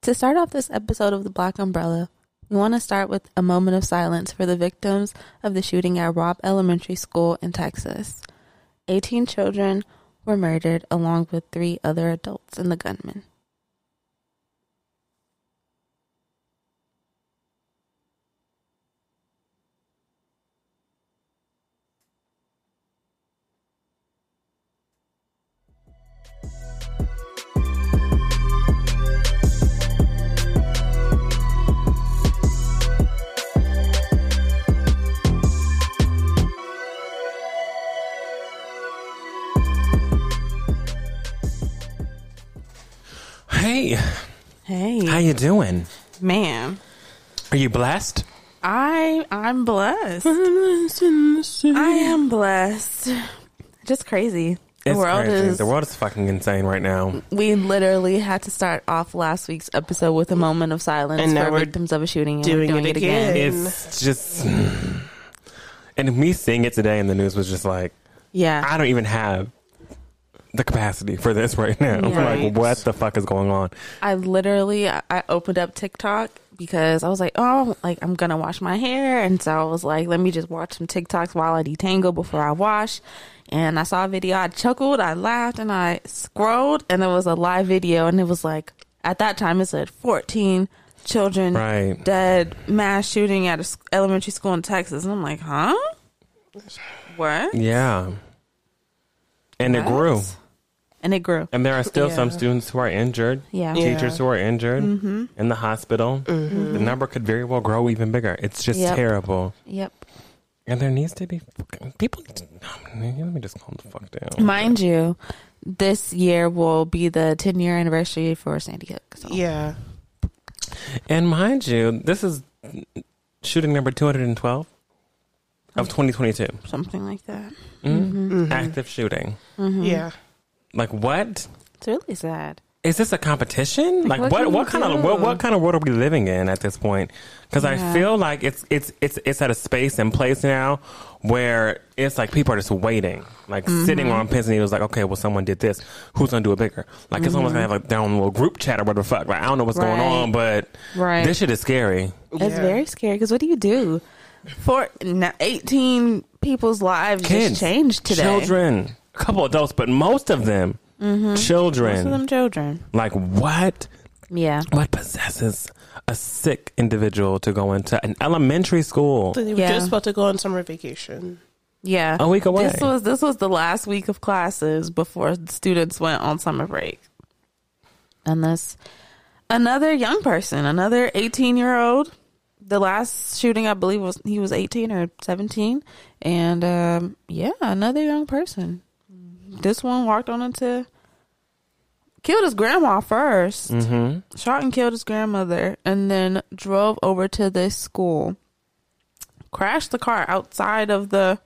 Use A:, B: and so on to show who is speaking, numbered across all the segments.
A: To start off this episode of The Black Umbrella, we want to start with a moment of silence for the victims of the shooting at Robb Elementary School in Texas. 18 children were murdered along with three other adults and the gunman.
B: Hey,
A: Hey,
B: how you doing?
A: man,
B: Are you blessed?
A: I I'm blessed. I
B: I
A: am blessed. Just crazy. The
B: It's
A: world
B: crazy.
A: is.
B: the world is fucking insane right now.
A: we literally had to start off last week's episode with a moment of silence
C: And now
A: for
C: we're
A: victims of a shooting. And
C: doing
A: we're doing
C: it
A: it again.
C: again.
B: It's just, and me seeing it today in the news was just like,
A: Yeah.
B: I don't even have the capacity for this right now.
A: Right.
B: Like, what the fuck is going on?
A: I literally I I opened up TikTok because I was like, oh, like I'm gonna wash my hair, and so I was like, let me just watch some TikToks while I detangle before I wash. And I saw a video, I chuckled, I laughed, and I scrolled, and there was a live video, and it was like at that time it said 14 children
B: Right.
A: dead mass shooting at an elementary school in Texas, and I'm like, huh, what?
B: Yeah, and it
A: What?
B: grew,
A: And it grew.
B: and there are still some
C: Yeah.
B: students who are injured.
A: Yeah. Mm-hmm.
C: Yeah.
B: Teachers who are injured in the hospital, the number could very well grow even bigger. It's just
A: Yep.
B: terrible.
A: Yep.
B: And there needs to be fucking people. Need to, oh, man, let me just calm the fuck down.
A: Mind you, this year will be the 10 year anniversary for Sandy Hook. So.
C: Yeah.
B: and mind you, this is shooting number two hundred and twelve of twenty twenty two.
A: Something like that.
B: Mm.
A: Mm-hmm.
B: Active shooting.
C: Mm-hmm. Yeah.
B: Like what?
A: It's really sad.
B: Is this a competition? Like
A: what
B: what? What,
A: can you
B: kind
A: do?
B: of what, what kind of world are we living in at this point? Because
A: Yeah.
B: I feel like it's it's it's it's at a space and place now where it's like people are just waiting, like sitting
A: Mm-hmm.
B: on pins and needles. Like okay, well someone did this. Who's gonna do it bigger? Like it's almost gonna have like their own little group chat or whatever the fuck. Like I don't know what's going
A: Mm-hmm. Right.
B: on, but
A: Right.
B: this shit is scary.
A: It's
C: Yeah.
A: very scary because what do you do? For no, 18 people's lives
B: Kids
A: just changed today.
B: Children, a couple adults, but most of them children.
A: Mm-hmm. Most of them children.
B: Like what?
A: Yeah.
B: What possesses a sick individual to go into an elementary school?
C: They were
A: Yeah.
C: just about to go on summer vacation.
A: Yeah.
B: A week away.
A: This was this was the last week of classes before the students went on summer break. Unless another young person, another 18 year old, the last shooting I believe was he was 18 or 17 and um yeah, another young person. This one walked on into killed his grandma 1st
B: Mm-hmm.
A: Shot and killed his grandmother and then drove over to this school. Crashed the car outside of the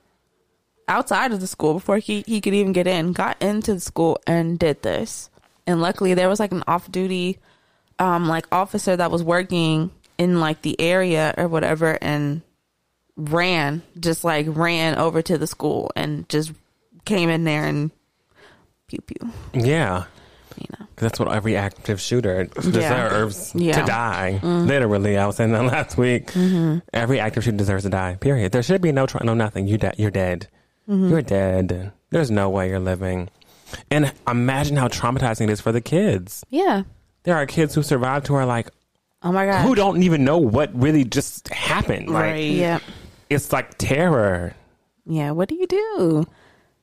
A: outside of the school before he, he could even get in, got into the school and did this. And luckily there was like an off duty um like officer that was working in like the area or whatever and ran just like ran over to the school and just came in there and pew pew.
B: Yeah.
A: You know.
B: That's what every active shooter deserves
A: Yeah. Mm-hmm.
B: to die. Literally, I was saying that last week. Every active shooter deserves to die. Period. There should be no trial, no nothing. You de- you're dead.
A: Mm-hmm.
B: You're dead. There's no way you're living. And imagine how traumatizing it is for the kids.
A: Yeah.
B: There are kids who survived who are like
A: Oh my god.
B: who don't even know what really just happened. Like
C: Right.
A: yeah.
B: it's like terror.
A: Yeah, what do you do?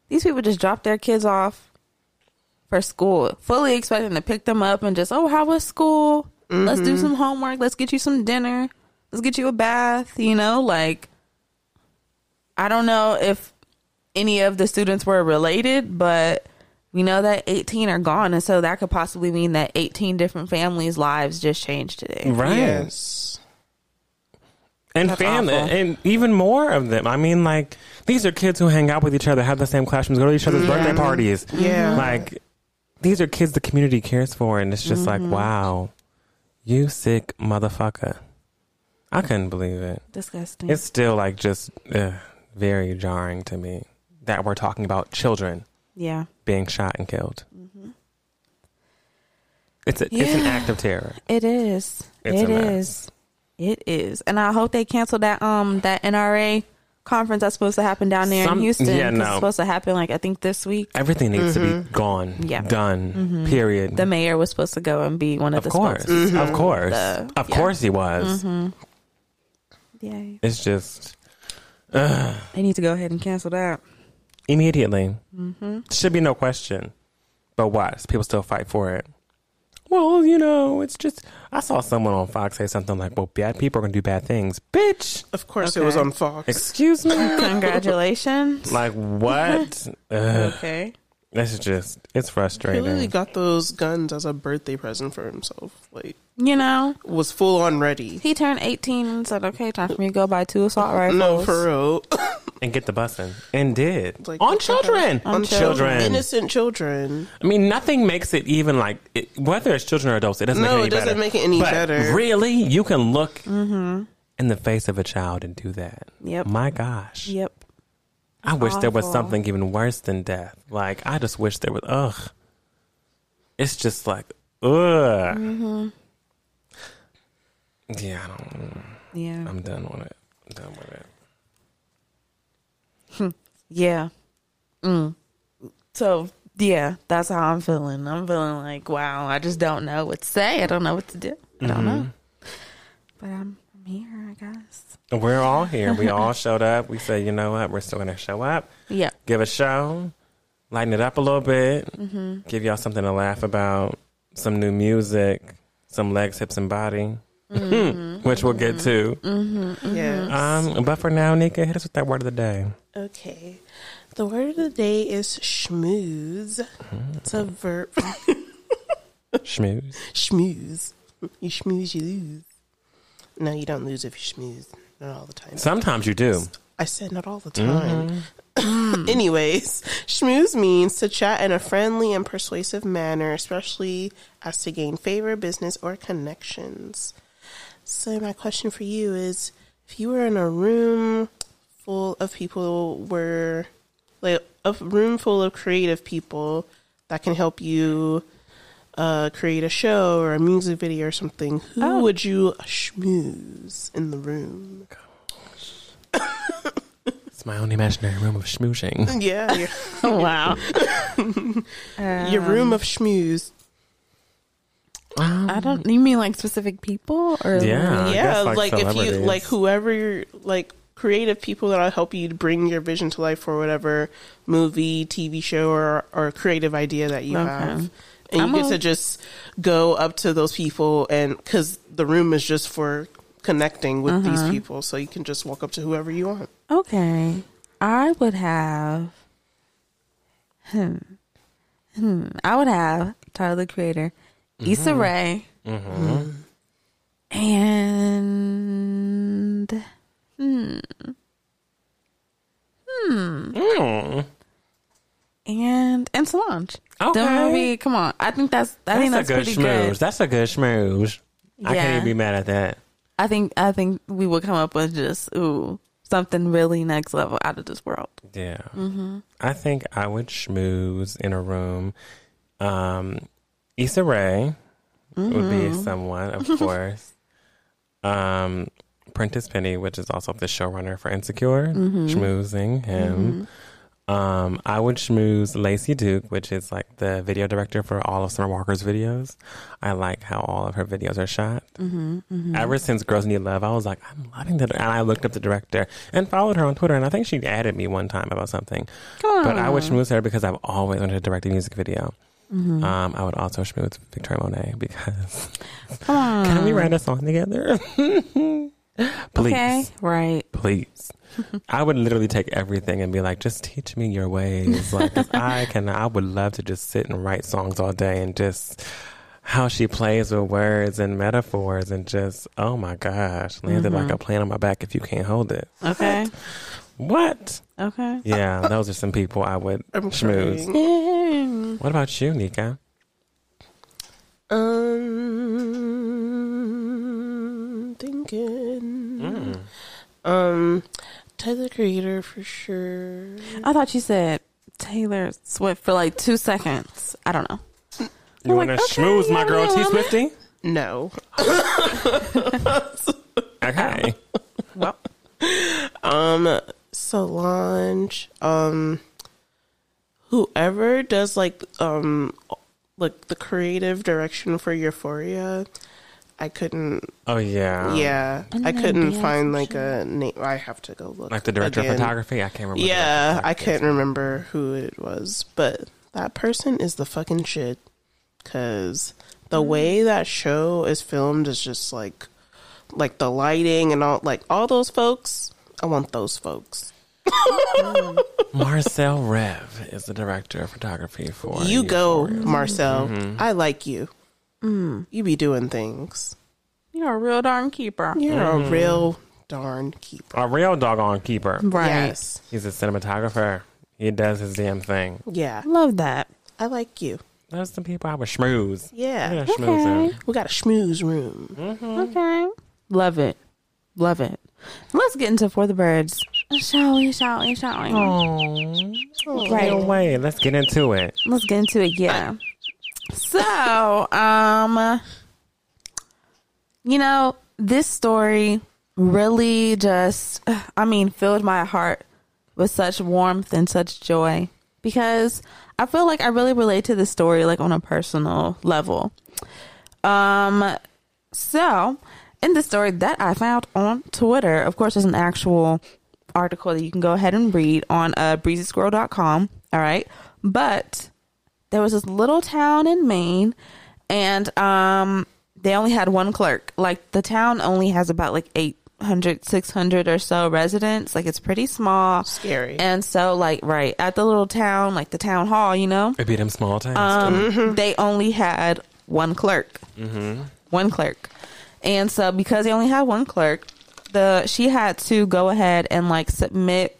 A: These people just drop their kids off for school, fully expecting to pick them up and just, oh, how was school? Let's
B: Mm-hmm.
A: do some homework. Let's get you some dinner. Let's get you a bath. You know, like, I don't know if any of the students were related, but we know that 18 are gone. And so that could possibly mean that 18 different families' lives just changed today.
B: Right.
C: Yes.
B: And
A: That's
B: family
A: awful.
B: and even more of them. I mean like these are kids who hang out with each other, have the same classrooms, go to each other's
A: Mm-hmm.
B: birthday parties.
C: Yeah.
B: Like these are kids the community cares for and it's just
A: Mm-hmm.
B: like, wow, you sick motherfucker. I couldn't believe it.
A: Disgusting.
B: It's still like just ugh, very jarring to me that we're talking about children
A: yeah.
B: being shot and killed. It's a, it's an
A: Mm-hmm. Yeah.
B: act of terror.
A: It is.
B: It's
A: It's
B: a mess.
A: It is. And I hope they cancel that um that NRA conference that's supposed to happen down there
B: Some-
A: in Houston.
B: yeah,
A: 'cause
B: no.
A: It's supposed to happen like I think this week.
B: Everything needs to be gone,
A: Mm-hmm. Yeah. Mm-hmm.
B: done. Period.
A: The mayor was supposed to go and be one of,
B: Mm. of
A: the
B: course,
A: spokes.
B: of course,
A: The-
B: of
A: yeah. Mm-hmm.
B: course, he was.
A: Yay.
B: It's just
A: They need to go ahead and cancel that.
B: immediately
A: Mm-hmm.
B: should be no question. But what? People still fight for it. Well, you know, it's just. I saw someone on Fox say something like, "Well, bad people are gonna do bad things." Bitch,
C: Of course, it
A: Okay.
C: was on Fox.
B: excuse me.
A: Congratulations.
B: like what? Ugh,
A: okay.
B: this is just. It's
C: he
B: frustrating.
C: literally got those guns as a birthday present for himself. Like,
A: You know,
C: was full on ready.
A: he turned 18 and said, okay, time for me to go buy two assault rifles.
C: No, for real.
B: and get the busing and did
C: Like,
B: on
C: what the hell?
B: children.
A: On children.
C: Innocent children.
B: I mean, nothing makes it even like it, whether it's children or adults. It doesn't. make
C: No,
B: it, any
C: it doesn't
B: better.
C: make it any
B: But
C: better.
B: Really, you can look in the face of a child and do that.
A: Yep.
B: My gosh,
A: Yep.
B: I wish there was
A: awful.
B: something even worse than death. Like I just wish there was. Ugh. It's just like ugh. Yeah, I don't.
A: Yeah.
B: I'm done with it. I'm done with it.
A: Yeah. Mm. So yeah, that's how I'm feeling. I'm feeling like, wow, I just don't know what to say. I don't know what to do. I don't know. But I'm, I'm here, I guess.
B: We're all here. We all showed up. We said, you know what? We're still gonna show up.
A: Yeah.
B: give a show, lighten it up a little bit,
A: Mm-hmm.
B: give y'all something to laugh about, some new music, some legs, hips, and body,
A: Mm-hmm.
B: which we'll get to.
C: Yeah.
B: Um, but for now, Nika, hit us with that word of the day.
C: Okay. The word of the day is schmooze.
B: Mm-hmm.
C: It's a verb.
B: Schmooze.
C: schmooze. You schmooze, you lose. No, you don't lose if you schmooze. Not all the time.
B: Sometimes you do.
C: I said not all the time. Anyways, schmooze means to chat in a friendly and persuasive manner, especially as to gain favor, business, or connections. So, my question for you is if you were in a room full of people were like a room full of creative people that can help you uh, create a show or a music video or something, who
A: Oh.
C: would you schmooze in the room?
B: It's my own imaginary room of schmooshing.
C: Yeah, you're-
A: wow. Uh,
C: Your room of schmooze.
B: Um,
A: I don't. You mean like specific people or
B: Yeah. Uh, I
C: yeah,
B: guess, like,
C: like, if you
B: celebrities.
C: like whoever you're like creative people that'll help you to bring your vision to life for whatever movie, TV show or or creative idea that you
A: Okay.
C: have. And
A: I'm
C: you get
A: a-
C: to just go up to those people and cuz the room is just for connecting with these people so you can just walk up to whoever you want.
A: Okay. I would have. Hmm. Hmm. I would have Tyler the Creator, Issa
B: Mm-hmm.
A: Rae, and hmm. Hmm.
B: Mm.
A: And and Solange. The
B: Okay.
A: movie. Come on. I think that's. I think that's
B: a good
A: pretty
B: schmooze.
A: good.
B: That's a good schmooze. I can't
A: Yeah.
B: even be mad at that.
A: I think. I think we would come up with just ooh something really next level out of this world. Mm-hmm.
B: Yeah. I think I would schmooze in a room. Um, Issa Rae would be someone, of course. Um, Prentice Penny, which is also the showrunner for Insecure, schmoozing
A: Mm-hmm.
B: him. Um, I would schmooze Lacey Duke, which is like the video director for all of Summer Walker's videos. I like how all of her videos are shot.
A: Mm-hmm.
B: Ever since Girls Need Love, I was like, I'm loving that. And I looked up the director and followed her on Twitter. And I think she added me one time about something.
A: Come on.
B: But I would schmooze her because I've always wanted to direct a music video. Um, I would also schmooze Victoria Monet because
A: Come on.
B: can we write a song together? please.
A: Okay. Right.
B: Please. I would literally take everything and be like, just teach me your ways. Like, 'cause I can, I would love to just sit and write songs all day and just how she plays with words and metaphors and just, oh my gosh, landed like a plane on my back if you can't hold it.
A: Okay.
B: What?
A: Okay.
B: Yeah, those are some people I would
C: I'm
B: schmooze.
C: crying.
A: Mm.
B: What about you, Nika?
C: Um thinking.
B: Hmm.
C: Um Tyler the Creator for sure.
A: Uh, I thought you said Taylor Swift for like two seconds. I don't know.
B: You want to schmooze, my girl, T Swifty?
C: No.
B: Okay.
A: Well,
C: Um, Solange, um, whoever does like um like the creative direction for Euphoria, I couldn't.
B: Oh yeah.
C: yeah,
A: And
C: I
A: then
C: couldn't
A: Beyonce,
C: find like a name. I have to go look.
B: Like the director
C: again.
B: of photography, I can't remember. the
C: Yeah,
B: director.
C: I couldn't remember who it was, but that person is the fucking shit. Cause the
A: Mm.
C: way that show is filmed is just like, like the lighting and all, like all those folks. I want those folks.
B: Marcel Rev is the director of photography for
C: you go,
B: Euphoria.
C: Marcel. I like you.
A: Mm.
C: You be doing things.
A: you're a real darn keeper.
C: You're a real darn keeper.
B: A real doggone keeper.
A: Right.
C: Yes.
B: He's a cinematographer. He does his damn thing.
C: Yeah.
A: Love that.
C: I like you.
B: Those the people I would schmooze.
C: Yeah.
B: Yeah, schmoozing.
C: We got a schmooze room.
A: Okay. Love it. Love it. Let's get into For the Birds. Oh, Shall we? Shall we? Shall we? Right.
B: No way. Let's get into it.
A: Let's get into it. Yeah. So, um, you know, this story really just, I mean, filled my heart with such warmth and such joy because I feel like I really relate to this story, like on a personal level. Um, so in the story that I found on Twitter, of course, there's an actual article that you can go ahead and read on uh, breezysquirrel.com. All right. But there was this little town in Maine, and um, they only had one clerk. Like the town only has about like 800, 600 or so residents. Like it's pretty small.
C: Scary.
A: And so, like, right at the little town, like the town hall, you know,
B: It be them small towns.
A: they only had one clerk. One clerk. And so because they only had one clerk, the she had to go ahead and like submit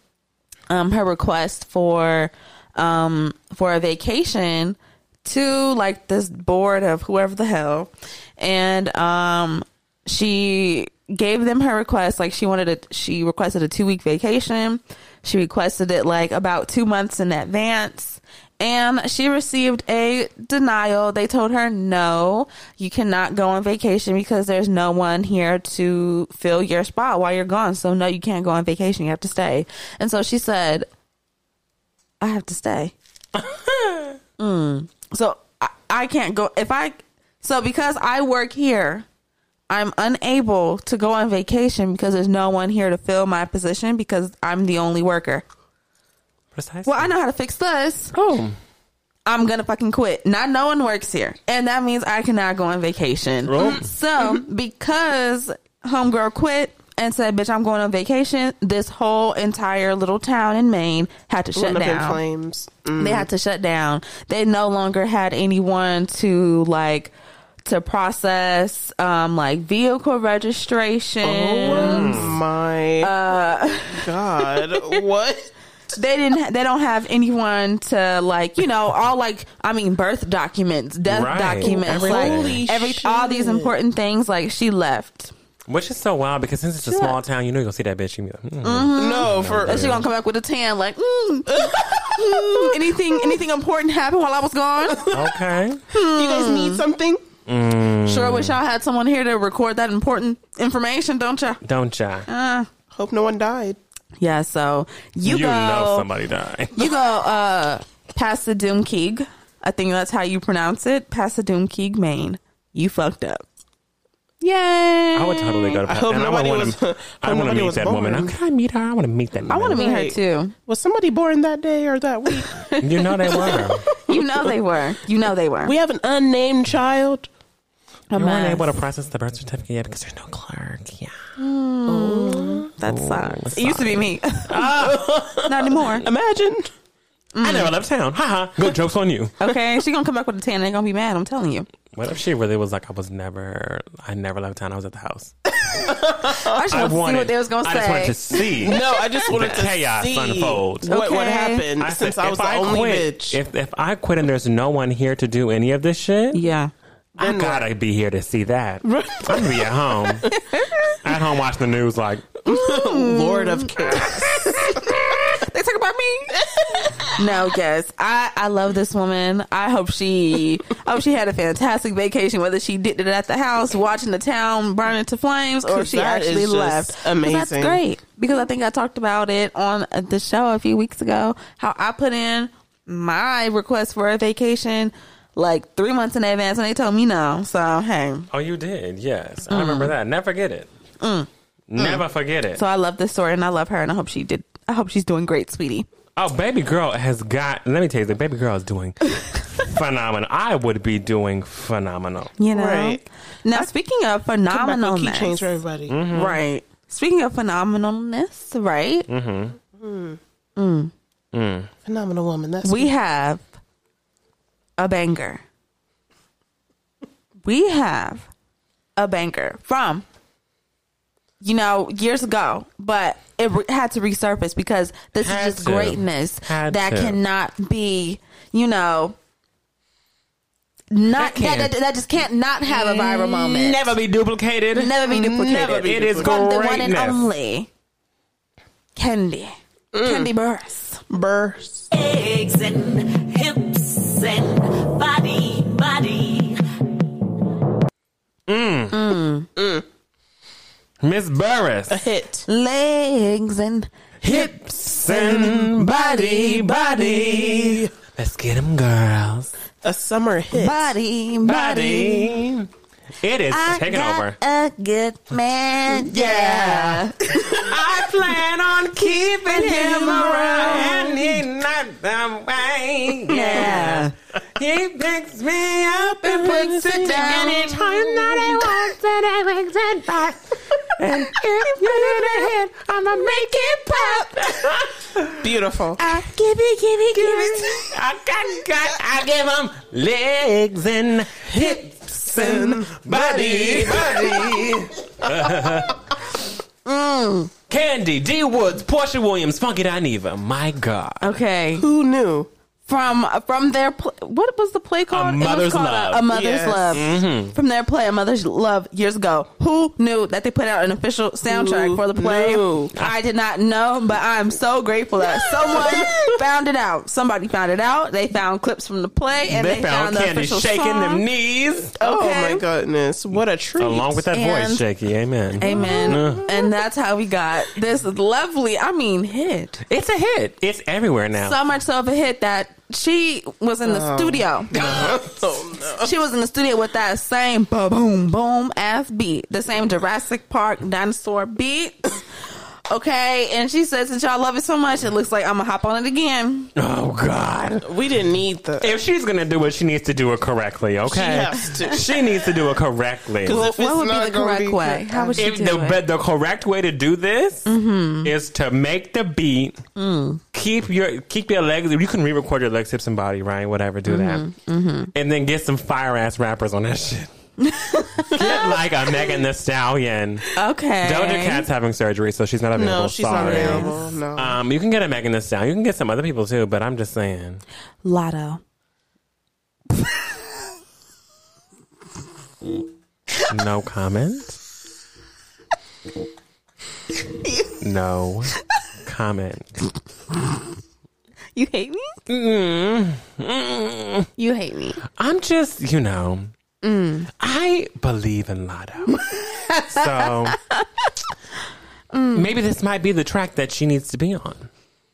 A: um her request for um for a vacation to like this board of whoever the hell and um she gave them her request like she wanted a she requested a two week vacation she requested it like about two months in advance and she received a denial they told her no you cannot go on vacation because there's no one here to fill your spot while you're gone so no you can't go on vacation you have to stay and so she said I have to stay. mm. So I, I can't go if I. So because I work here, I'm unable to go on vacation because there's no one here to fill my position because I'm the only worker.
B: Precisely.
A: Well, I know how to fix this.
B: Oh.
A: I'm gonna fucking quit. Not no one works here, and that means I cannot go on vacation.
B: Well-
A: So because homegirl quit and said, "Bitch, I'm going on vacation," this whole entire little town in Maine had to shut
C: Went up in
A: down
C: flames.
A: they had to shut down they no longer had anyone to like to process um like vehicle registration
B: Oh,
C: Mm. Oh My God, what?
A: they didn't they don't have anyone to like you know all like i mean birth documents death
B: Right.
A: documents like
B: Holy
A: every all these
C: shit.
A: important things like she left
B: Which is so wild because since it's a small town, you know you're gonna see that bitch. You be like, mm.
C: No, for
A: and she gonna come back with a tan like mm, mm, anything anything important happened while i was gone
B: okay.
C: you guys need something.
B: Mm.
A: sure wish y'all had someone here to record that important information don't ya
B: Don't ya?
C: Hope no one died.
A: Yeah, so you,
B: you
A: go,
B: know somebody died.
A: you go, uh, Pasadumkeag. I think that's how you pronounce it, Pasadumkeag, Maine. You fucked up. Yay!
B: I would totally go to.
C: I hope
B: and I
C: nobody
B: wanna-
C: was- hope
B: I want
C: nobody
B: to meet
C: was
B: that
C: born.
B: woman. I- Can I meet her? I want to meet that.
A: I want to meet her
C: Right.
A: too.
C: Was somebody born that day or that week?
B: meet. You know they were.
A: You know they were. You know they were.
C: we have an unnamed child.
A: A
B: You weren't
A: mess.
B: able to process the birth certificate yet because there's no clerk. Yeah.
A: that sucks.
B: sorry.
A: It used to be me.
C: Ah.
A: Not anymore.
C: Imagine.
B: I never left town. Ha ha. Good jokes on you.
A: Okay, she gonna come back with a tan. They gonna be mad. I'm telling you.
B: What if she really was like, I was never, I never left town. I was at the house.
A: I just
B: I
A: want to
B: wanted.
A: see what they was gonna
B: I
A: say.
B: just wanted to see.
C: No, I just wanted
B: The
C: to
B: chaos
C: see
B: unfolds.
C: What, what
A: Okay.
C: happened
B: I
C: since
B: said,
C: I
B: if
C: was the only
B: quit,
C: bitch?
B: If if I quit and there's no one here to do any of this shit,
A: yeah.
B: I
C: Then
B: gotta be here to see that. I'm gonna be at home, at home watching the news. Like
C: Mm. Lord of chaos.
A: They talk about me. No, yes. I, I love this woman. I hope she I hope she had a fantastic vacation, whether she did it at the house, watching the town burn into flames, or if
C: 'Cause
A: she
C: that is
A: actually
C: just
A: left. 'Cause
C: amazing.
A: That's great. Because I think I talked about it on uh, the show a few weeks ago, how I put in my request for a vacation like three months in advance and they told me no. So hey.
B: Oh, you did. Yes, I remember that. Never forget it. Never forget it.
A: Mm. So I love this story and I love her and I hope she did I hope she's doing great, sweetie.
B: Oh, baby girl has got. Let me tell you, the baby girl is doing phenomenal. I would be doing phenomenal.
A: You know.
C: Right.
A: Now speaking of phenomenal
C: Key change for everybody.
B: Hmm? Mm-hmm.
A: Right. Speaking of phenomenalness, right?
B: Mm-hmm.
C: Phenomenal woman. That's
A: We have a banger. We have a banger from, you know, years ago, but it re- had to resurface because this
B: Had
A: is just
B: to.
A: greatness
B: Had
A: that
B: to.
A: cannot be, you know, not
B: That can't.
A: that, that, that just can't not have a viral moment.
B: Never be duplicated.
A: never be duplicated.
B: Never be It is
A: from the one and
B: greatness.
A: only Candy, Candy
B: Mm.
A: Burris.
C: burst.
D: legs and hips and body, body.
B: Miss Burris.
C: Hit.
A: legs and
B: Hips and body, body. Let's get them, girls.
C: A summer hit.
A: body, body.
B: Body. It is
A: I
B: taking
A: got
B: over.
A: a good man, yeah.
B: I plan on keeping
A: him around.
B: any night that way.
A: Yeah.
B: He picks me up and
A: puts it down.
B: anytime that he wants it. I makes it back. And if you need a hit, I'ma make it pop.
C: Beautiful.
A: I give it, give it, give it.
B: I got, got, I give 'em legs and hips and body, body.
A: Mm.
B: Candy, D Woods, Portia Williams, Funky Dineva. My God.
A: Okay,
C: Who knew?
A: from from their pl- what was the play called? it was
B: Mother's
A: called
B: Love. Mm-hmm.
A: A, A mother's
C: Yes.
A: love. From their play, A Mother's Love, years ago. Who knew that they put out an official soundtrack
C: Who
A: for the play?
C: knew?
A: I did not know, but I'm so grateful that someone found it out. Somebody found it out. They found clips from the play, and they, found, the
B: Candy
A: official
B: shaking
A: song.
B: them knees.
C: Oh
A: Okay.
C: my goodness. What a treat.
B: Along with that voice,
A: And-
B: shaky. Amen.
A: Amen.
B: Uh-huh.
A: And that's how we got this lovely, I mean, hit.
B: It's a hit. It's everywhere now.
A: So much so of a hit that she was in the studio.
C: Oh, no.
A: She was in the studio with that same ba boom boom ass beat, the same Jurassic Park dinosaur beat. Okay, and she says, since y'all love it so much, it looks like I'm gonna hop on it again.
B: oh God.
C: We didn't need the.
B: If she's gonna do it, she needs to do it correctly. Okay.
C: has to.
B: She needs to do it correctly.
C: If it's
A: what would
C: not
A: be the
C: gonna
A: correct
C: be
A: way?
C: correct,
A: How would she
B: If
A: do
B: the
A: it? Mm-hmm.
B: but the correct way to do this is to make the beat,
A: Mm.
B: keep your keep your legs. You can re-record your legs, hips, and body, right? Whatever, do
A: Mm-hmm.
B: that, and then get some fire ass rappers on that shit. get like a Megan the Stallion.
A: okay,
B: Doja Cat's having surgery, so she's not available.
C: No, she's not
B: Sorry.
C: available. No.
B: Um, you can get a Megan Thee Stallion. You can get some other people too, but I'm just saying.
A: Lotto.
B: No comment. No comment.
A: You hate me? You hate me.
B: I'm just, you know, I believe in Lotto. so maybe this might be the track that she needs to be on.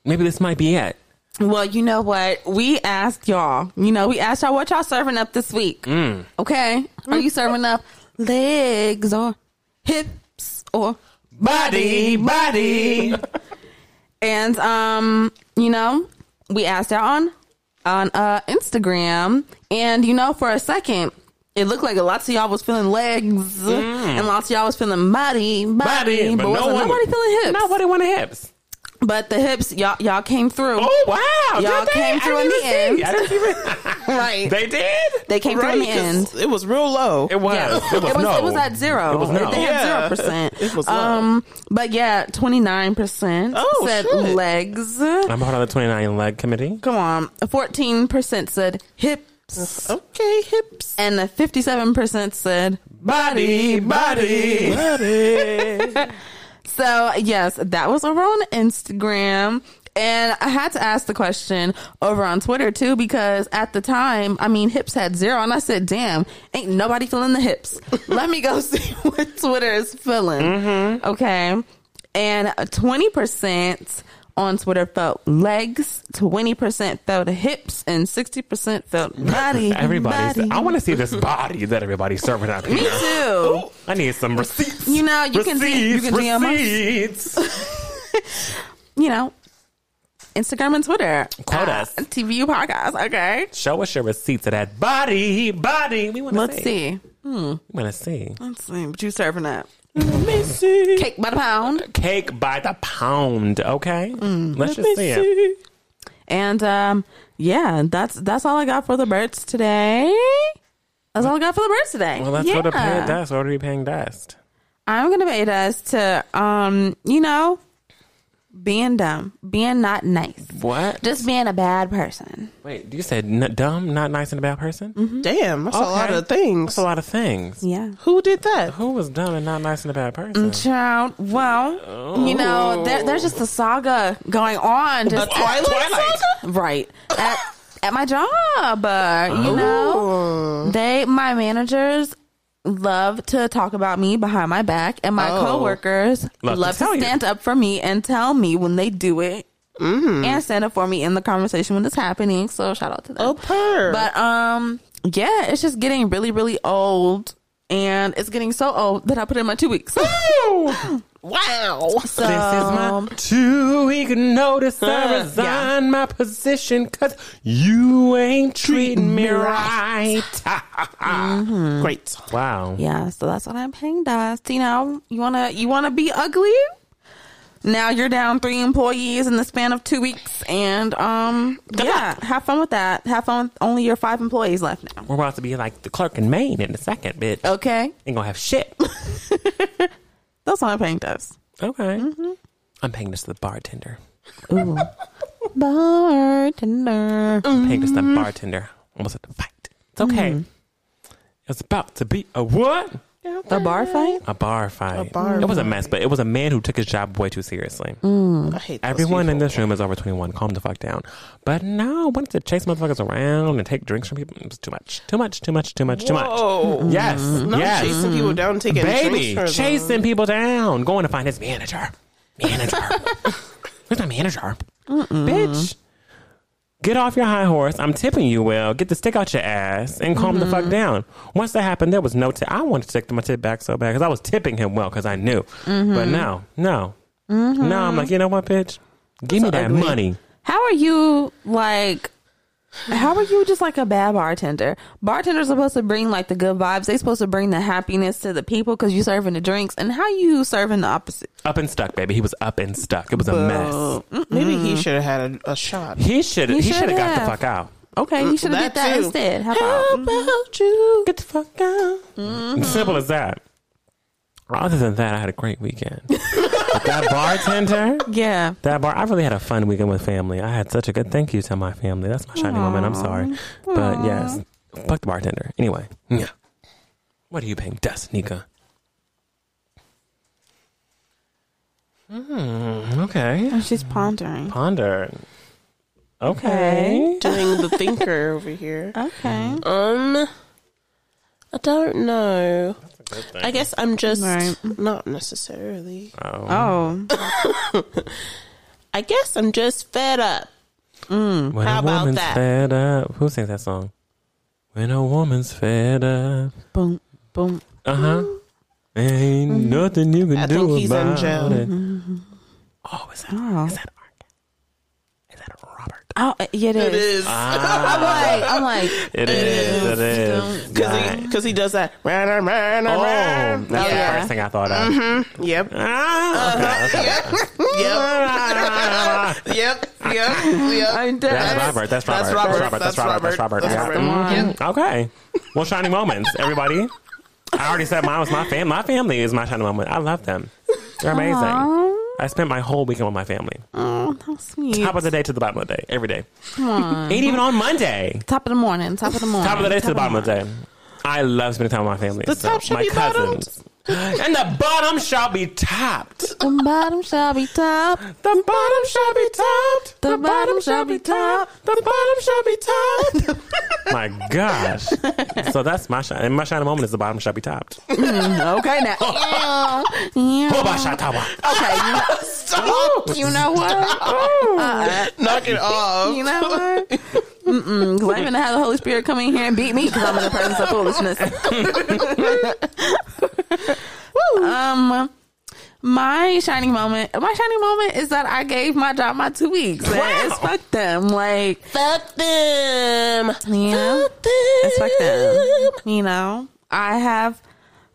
B: Maybe this might be it.
A: Well, you know what? We asked y'all. You know, we asked y'all what y'all serving up this week.
B: Mm.
A: Okay, are you serving up legs or hips or
B: Body, body.
A: And um, you know, we asked out on on uh Instagram, and you know, for a second, it looked like a lot of y'all was feeling legs, and lots of y'all was feeling body, body,
B: Body,
A: but,
B: Mm. but no
A: wasn't
B: one-
A: nobody feeling hips.
B: Nobody want to hips.
A: But the hips, y'all y'all came through,
B: Oh wow!
A: Y'all
B: Did they?
A: came through
B: I
A: in
B: didn't
A: the
B: even
A: end.
B: see. I didn't even-
A: right? They,
B: they did.
A: came through
C: Right,
A: in the
C: 'cause
A: end.
C: It was real low.
B: It was.
A: Yeah.
B: It was. no.
A: it was at zero.
B: It was no.
A: They had
C: Yeah.
A: zero percent.
C: It was low.
A: um, but yeah, twenty nine percent
C: Oh,
A: said
C: shit.
A: legs.
B: I'm part of the 29 leg committee.
A: Come on, fourteen percent said hips.
C: okay, hips.
A: and the 57% said
B: Body, body, body.
A: so yes that was over on instagram And I had to ask the question over on Twitter too, because at the time, I mean, hips had zero. And I said, damn, ain't nobody feeling the hips. Let me go see what Twitter is feeling. Okay. And 20% on Twitter felt legs, 20% felt hips, and 60% felt body.
B: Everybody's.
A: body.
B: I want to see this body that everybody's serving up
A: Me
B: here.
A: too.
B: I need some receipts.
A: You know, you can see, you
B: receipts,
A: can DM us.
B: receipts.
A: you know, Instagram and Twitter.
B: Quote
A: Uh,
B: us.
A: TVU podcast. Okay.
B: Show us your receipts of that body, body. We want to
A: Let's see.
B: We want to see.
A: Let's see. But you serving up.
B: Let me see.
A: Cake by the pound.
B: Cake by the pound. Okay,
A: Mm.
B: let's just see, it.
A: Mm-hmm. And um, yeah, that's that's all I got for the birds today. That's all I got for the birds today.
B: Well, that's
A: yeah.
B: what a paying dust. What are we paying dust?
A: I'm gonna pay us to um, you know, being dumb, being not nice,
B: What?
A: just being a bad person.
B: Wait, you said n- dumb, not nice, and a bad person.
C: Damn, that's a lot
B: Okay.
C: of things.
B: That's a lot of things.
A: Mm-hmm. Yeah.
C: Who did that?
B: Who was dumb and not nice and a bad person?
A: Child, well, you know, there, there's just a saga going on. Just
C: A Twilight
A: saga? Right. At, at my job, uh, you know,
C: Oh.
A: they, my managers love to talk about me behind my back, and my
C: Oh.
A: coworkers
B: Love
A: love,
B: to
A: to,
B: tell you.
A: stand up for me and tell me when they do it.
C: Mm-hmm.
A: And stand up for me in the conversation when it's happening. So shout out to them.
C: Oh, purr.
A: But um, yeah, it's just getting really, really old, and it's getting so old that I put in my two weeks.
C: wow.
A: So
B: This is my two week notice. I
A: Yeah.
B: resign my position because you ain't treating me right.
C: Great.
B: Wow.
A: yeah, so that's what I'm paying dust. You know, you wanna you wanna be ugly. Now you're down three employees in the span of two weeks, and um, yeah, have fun with that. Have fun with only your five employees left now.
B: We're about to be like the clerk in Maine in a second, bitch.
A: Okay,
B: Ain't gonna have shit.
A: that's what I'm paying dust.
B: Okay. Mm-hmm. I'm paying this to the bartender.
A: Ooh, bartender.
B: I'm paying this to the bartender. Almost at the fight. It's okay. It's about to be a what?
A: The bar fight.
B: A bar fight.
C: bar
B: it was a mess, but it was a man who took his job way too seriously.
A: Mm-hmm.
C: I hate those
B: Everyone in
C: people.
B: this room is over 21. Calm the fuck down. But no, wanted to chase motherfuckers around and take drinks from people. It was too much. Too much, too much, too much, too much.
C: Whoa.
B: Yes.
C: Not
B: yes.
C: chasing
A: Mm-hmm.
C: people down, taking
B: Baby,
C: drinks for them.
B: chasing people down, going to find his manager. Manager. Where's my manager? Bitch. Get off your high horse. I'm tipping you well. Get the stick out your ass and calm the fuck down. Once that happened, there was no tip. I wanted to take my tip back so bad because I was tipping him well because I knew. But no, no. No, I'm like, you know what, bitch? Give me that money.
A: How are you like? How are you just like a bad bartender? Bartenders supposed to bring like the good vibes. They supposed to bring the happiness to the people because you serving the drinks. And how you serving the opposite?
B: Up and stuck, baby. He was up and stuck. It was a mess.
C: Maybe he
A: Mm-hmm.
C: should have had a, a shot.
B: He should
A: He
B: he should
A: should
B: have got the
A: have.
B: fuck out.
A: Okay, you should have did
C: that
A: that
C: too.
A: instead. How about? Mm-hmm.
B: about you? Get the fuck out. Mm-hmm. Simple as that. Other than that, I had a great weekend. But that bartender,
A: Yeah,
B: that bar, I really had a fun weekend with family. I had such a good thank you to my family. That's my shining moment. I'm sorry, but yes, fuck the bartender. Anyway, yeah. What are you paying dust, Nika? Hmm. Okay.
A: she's pondering.
B: Ponder. Okay.
C: Doing the thinker over here.
A: Okay,
C: Um, I don't know. I guess I'm just
A: Right.
C: not necessarily.
A: oh,
C: I guess I'm just fed up.
B: When
C: How
B: a
C: about
B: woman's
C: that?
B: fed up. Who sings that song? When a woman's fed up.
A: boom, boom.
B: Uh huh. Ain't nothing you can
C: Mm-hmm. I
B: do
C: think he's in
B: about
C: jail. Mm-hmm.
B: it. Oh, is that,
A: Oh,
B: is that Art? Is that Robert?
A: oh, yeah, it is.
B: Ah.
A: I'm like, I'm like,
B: It is. It is.
C: Because he, 'cause he does that. Ran, ran, ran,
B: Oh,
C: ran.
B: that's
A: Yeah.
B: the first thing I thought of.
C: Mm-hmm. Yep.
B: Ah, okay, okay.
C: Yep. yep. Yep. Yep.
A: I'm
B: That's
A: dead.
B: Robert. That's Robert.
C: That's Robert.
B: That's Robert. That's Robert.
C: That's
B: Yeah.
C: Robert.
B: Mhm. Okay. Well, shining moments, everybody. I already said mine was my family. My family is my shining moment. I love them. They're amazing.
A: Aw.
B: I spent my whole weekend with my family.
A: Oh, how sweet.
B: Top of the day to the bottom of the day, every day. Ain't even on Monday.
A: top of the morning. Top of the morning.
B: Top of the day to the bottom of
A: morning.
B: the day. I love spending time with my family.
C: The
B: so
C: top should
B: my
C: be bottomed.
B: cousins. and the bottom shall be topped.
A: The bottom shall be top.
B: The bottom shall be topped.
A: The bottom shall be topped.
B: The bottom shall be topped. my gosh. So that's my shine. And my shining moment is the bottom shall be topped.
A: Mm, Okay now. Yeah.
B: Boba
A: Yeah.
B: shatawa.
A: Okay. You know,
C: Stop!
A: you know what? Uh,
C: Knock it off.
A: you know what? Mm-mm, 'cause I even had the Holy Spirit come in here and beat me because I'm in the presence of foolishness. um, my shining moment. My shining moment is that I gave my job my two weeks. Wow. It's fuck them. Like
C: Fuck them.
A: you know,
C: Fuck them.
A: it's fuck them. You know, I have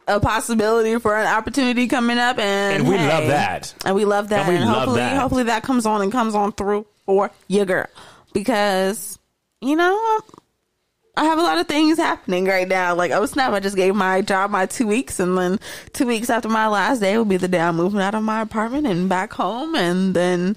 A: a possibility for an opportunity coming up, and
B: And we
A: hey,
B: love that.
A: and we love that.
B: And we
A: and
B: love
A: hopefully,
B: that.
A: hopefully that comes on and comes on through for your girl because you know I'm- I have a lot of things happening right now. Like oh snap, I just gave my job my two weeks, and then two weeks after my last day will be the day I'm moving out of my apartment and back home, and then.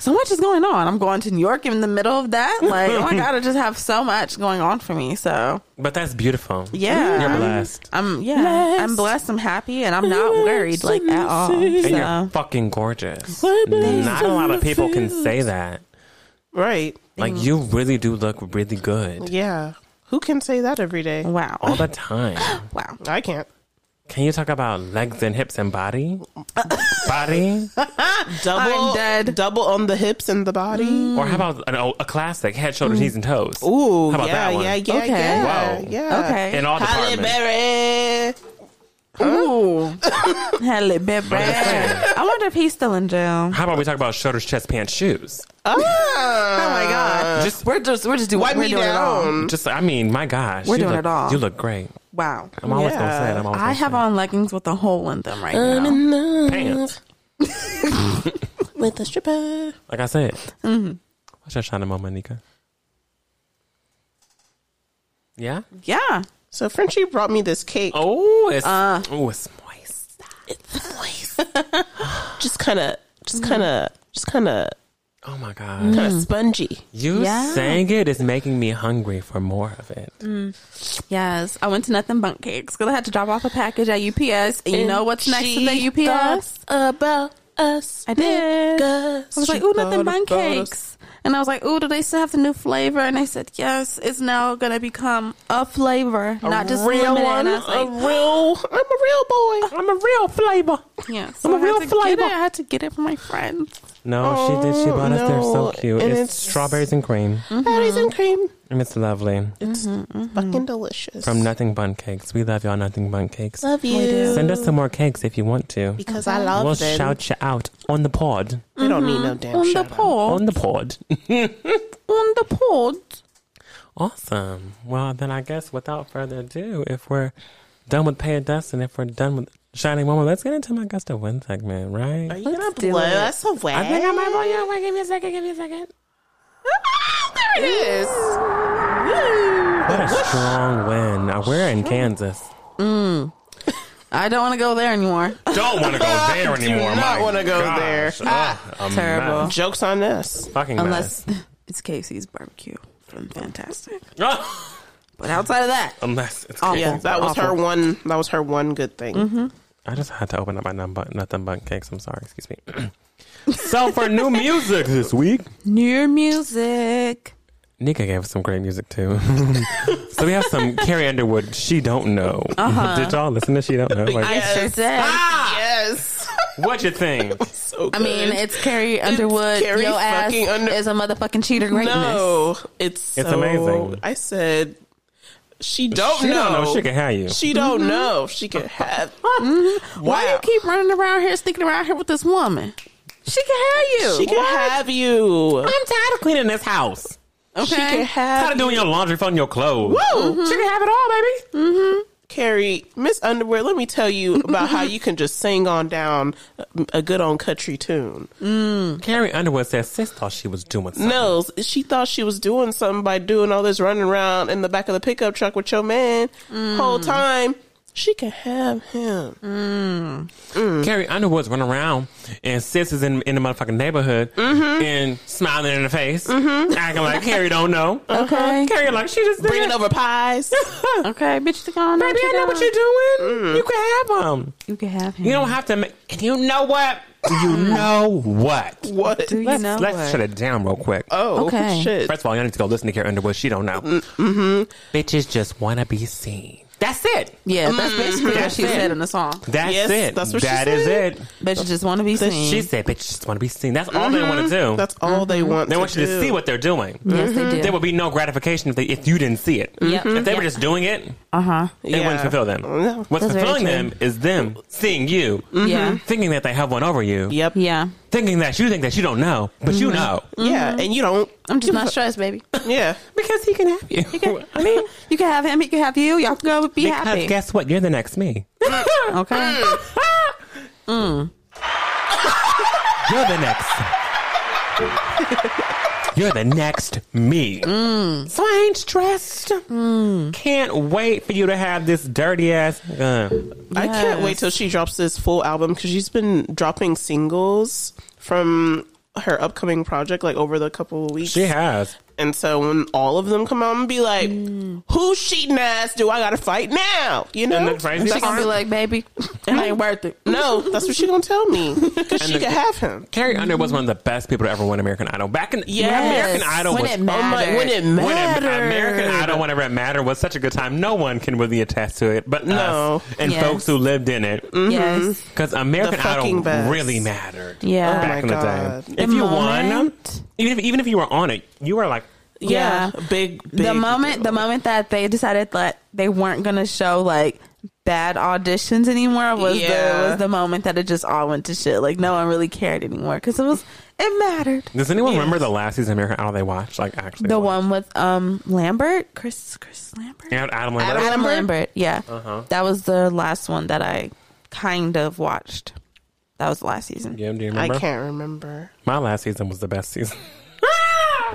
A: So much is going on. I'm going to New York in the middle of that. Like, oh my god, I just have so much going on for me. So
B: But that's beautiful.
A: Yeah.
B: You're blessed.
A: I'm yeah, I'm blessed. I'm happy, and I'm not worried like at all.
B: And
A: So
B: you're fucking gorgeous.
C: blessed
B: Not a lot of people can say that.
C: Right.
B: Like you really do look really good
C: Yeah. Who can say that every day?
B: all
A: wow,
B: the time.
A: wow.
C: I can't.
B: Can you talk about legs and hips and body? Body?
C: Double
A: I'm dead.
C: Double on the hips and the body.
B: Or how about an, a classic head, shoulders, knees, and toes?
C: Ooh.
B: how about
C: yeah,
B: that one?
C: yeah, yeah,
A: Okay.
C: yeah.
B: Wow.
C: Yeah.
A: Okay.
B: In all
C: Halle
B: departments.
C: Berry.
A: Ooh, Halle Berry.
B: saying.
A: I wonder if he's still in jail.
B: How about we talk about shoulders, chest, pants, shoes?
C: Oh.
A: Oh
C: Uh,
A: my god,
B: Just-
A: we're just we're just doing
C: Wipe
A: we're
C: me
A: doing it all.
C: down.
B: Just, I mean, my gosh,
A: Mm-hmm. We're
B: you
A: doing
B: look,
A: it all.
B: You look great.
A: Wow,
B: I'm always gonna
C: Yeah.
B: say it. I'm always
A: I
B: gonna
A: have
B: say
A: on leggings with a hole in them right now.
C: in love
B: it. pants.
C: with a stripper.
B: Like I said, what's your shining moment, Nika? Yeah.
A: Yeah,
C: So Frenchie brought me this cake.
B: Oh, it's oh, it's moist.
C: Just kind of, just kind of, just kind of,
B: Oh my god.
C: kind of spongy.
B: You
A: Yeah.
B: saying it is making me hungry for more of it.
A: yes. I went to nothing bunk cakes because I had to drop off a package at UPS, and you know what's next to the UPS?
C: About us.
A: I did.
C: niggas.
A: I was like,
C: She
A: ooh, nothing
C: thought
A: bun
C: about us.
A: cakes. And I was like, ooh, do they still have the new flavor? And they said, yes, it's now going to become a flavor, not just
C: real
A: limited.
C: one.
A: And I was
C: a
A: like,
C: real. I'm a real boy. I'm a real flavor.
A: yeah, so
C: I'm
A: I
C: a
A: had
C: real
A: to get
C: flavor.
A: it. I had to get it from my friends.
B: No, she did. She bought us. They're so
C: no.
B: cute.
C: And
B: Oh, It's,
C: it's-
B: strawberries and cream,
C: Berries and cream.
B: and it's lovely.
C: Mm. It's fucking delicious.
B: From Nothing Bun Cakes, we love y'all. Nothing Bun Cakes.
C: love you
A: do.
B: Send us some more cakes if you want to.
C: because I love
B: We'll
C: them.
B: shout you out on the pod.
C: They don't need no damn
A: on the
C: shout out.
A: pod.
B: On the pod.
A: On the pod.
B: awesome. Well, then I guess without further ado, if we're done with Pay a Dust and if we're done with Shining Woman, let's get into my Gusta Win segment, right?
C: Are you gonna
A: do
C: blow
A: it.
C: us away?
B: I think I might blow you away. Give me a second. Give me a second.
C: there it is. Woo.
B: What a strong win. Now, we're in Kansas.
A: I don't want to go there anymore.
B: Don't want to go there anymore.
C: Do not
B: My
C: wanna go
B: gosh.
C: there. Ah,
B: Ugh, a
A: Terrible.
B: mess.
C: Jokes on us.
B: Fucking
A: Unless it's Casey's barbecue from Fantastic.
B: mess.
A: But outside of that,
B: Unless it's
A: Awful.
B: crazy.
C: Yeah, that was her
A: Awful.
C: one. That was her one good thing.
B: I just had to open up my num- but- nothing but cakes. I'm sorry. Excuse me. so for new music this week,
A: new music.
B: Nika gave us some great music too. so we have some Carrie Underwood. She don't know. Did y'all listen to She don't know? Like,
A: I sure did.
C: Ah! Yes.
B: what you think?
C: So
A: I mean,
C: good.
A: it's Carrie Underwood.
C: Carrie
A: Yo ass
C: fucking Under-
A: is a motherfucking cheater greatness.
C: no, it's
B: It's
C: so-
B: amazing.
C: I said she don't
B: She
C: know.
B: don't know. She can have you.
C: She don't know. She could have. Mm-hmm.
A: Why you
C: Wow.
A: keep running around here, sneaking around here with this woman? She can have you.
C: She could have you.
B: I'm tired of cleaning this house.
A: okay.
C: She could
B: Tired
C: have. Mm-hmm.
B: of doing your laundry, folding your clothes.
C: Woo.
B: She can have it all, baby.
C: Carrie, Miss Underwood, let me tell you about how you can just sing on down a good on country tune.
B: Carrie Underwood said sis thought she was doing something.
C: No, she thought she was doing Mm. something by doing all this running around in the back of the pickup truck with your man whole time. She can have him.
B: Carrie Underwood's running around, and sis is in, in the motherfucking neighborhood and smiling in the face, acting like Carrie don't know.
A: Okay.
B: Carrie like she just did
C: Bringing
B: it.
C: over pies.
A: Okay, bitch, you gonna know
B: Baby, I know what you're doing. You can have them.
A: You can have him.
B: You don't have to. Make, you know what? You know what?
C: what?
A: Do you
B: Let's,
A: know
B: let's
A: what?
B: shut it down real quick.
C: Oh
A: Okay.
C: shit!
B: First of all, y'all need to go listen to Carrie Underwood. She don't know. Bitches just want to be seen. That's it.
A: Yeah, that's basically what she
B: That's it.
A: said in the song.
B: That's
C: Yes,
B: it.
C: that's what she
B: That is
C: said.
B: it.
A: But you just want to be seen.
B: She said, bitches just want to be seen. That's all they want to do.
C: Mm-hmm. That's all they want.
B: they
C: to
B: want you to
C: do.
B: see what they're doing.
A: yes, Mm-hmm. they did.
B: There would be no gratification if, they, if you didn't see it.
A: Yep.
B: If they were
A: Yep.
B: just doing it, it
A: uh huh.
B: wouldn't fulfill them.
C: No.
B: What's
A: That's very
B: fulfilling
A: true.
B: them is them seeing you,
A: Yeah.
B: thinking that they have one over you,
C: Yep.
A: Yeah.
B: thinking that you think that you don't know, but you know.
C: Yeah, and you don't.
A: I'm just not stressed, baby.
C: Yeah,
B: Because he can have you. I mean,
A: You can have him. He can have you. Y'all can go be
B: because
A: happy.
B: guess what? You're the next me.
A: okay.
B: You're the next. You're the next me. So I ain't stressed. Can't wait for you to have this dirty ass gun.
C: I can't
A: Yes.
C: wait till she drops this full album because she's been dropping singles from her upcoming project like over the couple of weeks.
B: She has.
C: and so when all of them come out and be like,
A: Mm.
C: "Who's cheating ass? Do I got to fight now?" You know,
B: And the crazy
A: She
C: That's-
A: gonna be like, baby, it ain't worth it.
C: no, that's what she gonna tell me because she
B: the-
C: could have him.
B: Carrie Underwood was one of the best people to ever win American Idol. Back in yeah, American Idol
A: when
B: was
A: it
C: Oh my,
A: mattered.
C: when it
B: when
C: mattered,
B: Am- American Idol, whenever it mattered, was such a good time. No one can really attest to it, but
C: No.
B: us and
A: Yes.
B: folks who lived in it.
A: Yes.
B: Because American
C: The fucking
B: Idol
C: best.
B: really mattered.
A: Yeah. Oh
B: back
C: my
B: in
C: God.
B: the day,
A: The
B: if you won,
A: moment-
B: even if even if you were on it, you were like,
C: yeah,
A: Yeah.
C: big, big
A: the moment the moment that they decided that they weren't gonna show like bad auditions anymore was
C: Yeah.
A: the was the moment that it just all went to shit. Like no one really cared anymore because it was it mattered.
B: Does anyone remember the last season of American Idol they watched? Like actually,
A: The
B: watched?
A: one with um Lambert, Chris Chris Lambert,
B: And Adam Lambert.
A: Adam, Lambert. Yeah,
C: Uh-huh.
A: that was the last one that I kind of watched. That was the last season.
B: Yeah, do you
C: I
B: remember?
C: can't remember
B: My last season was the best season.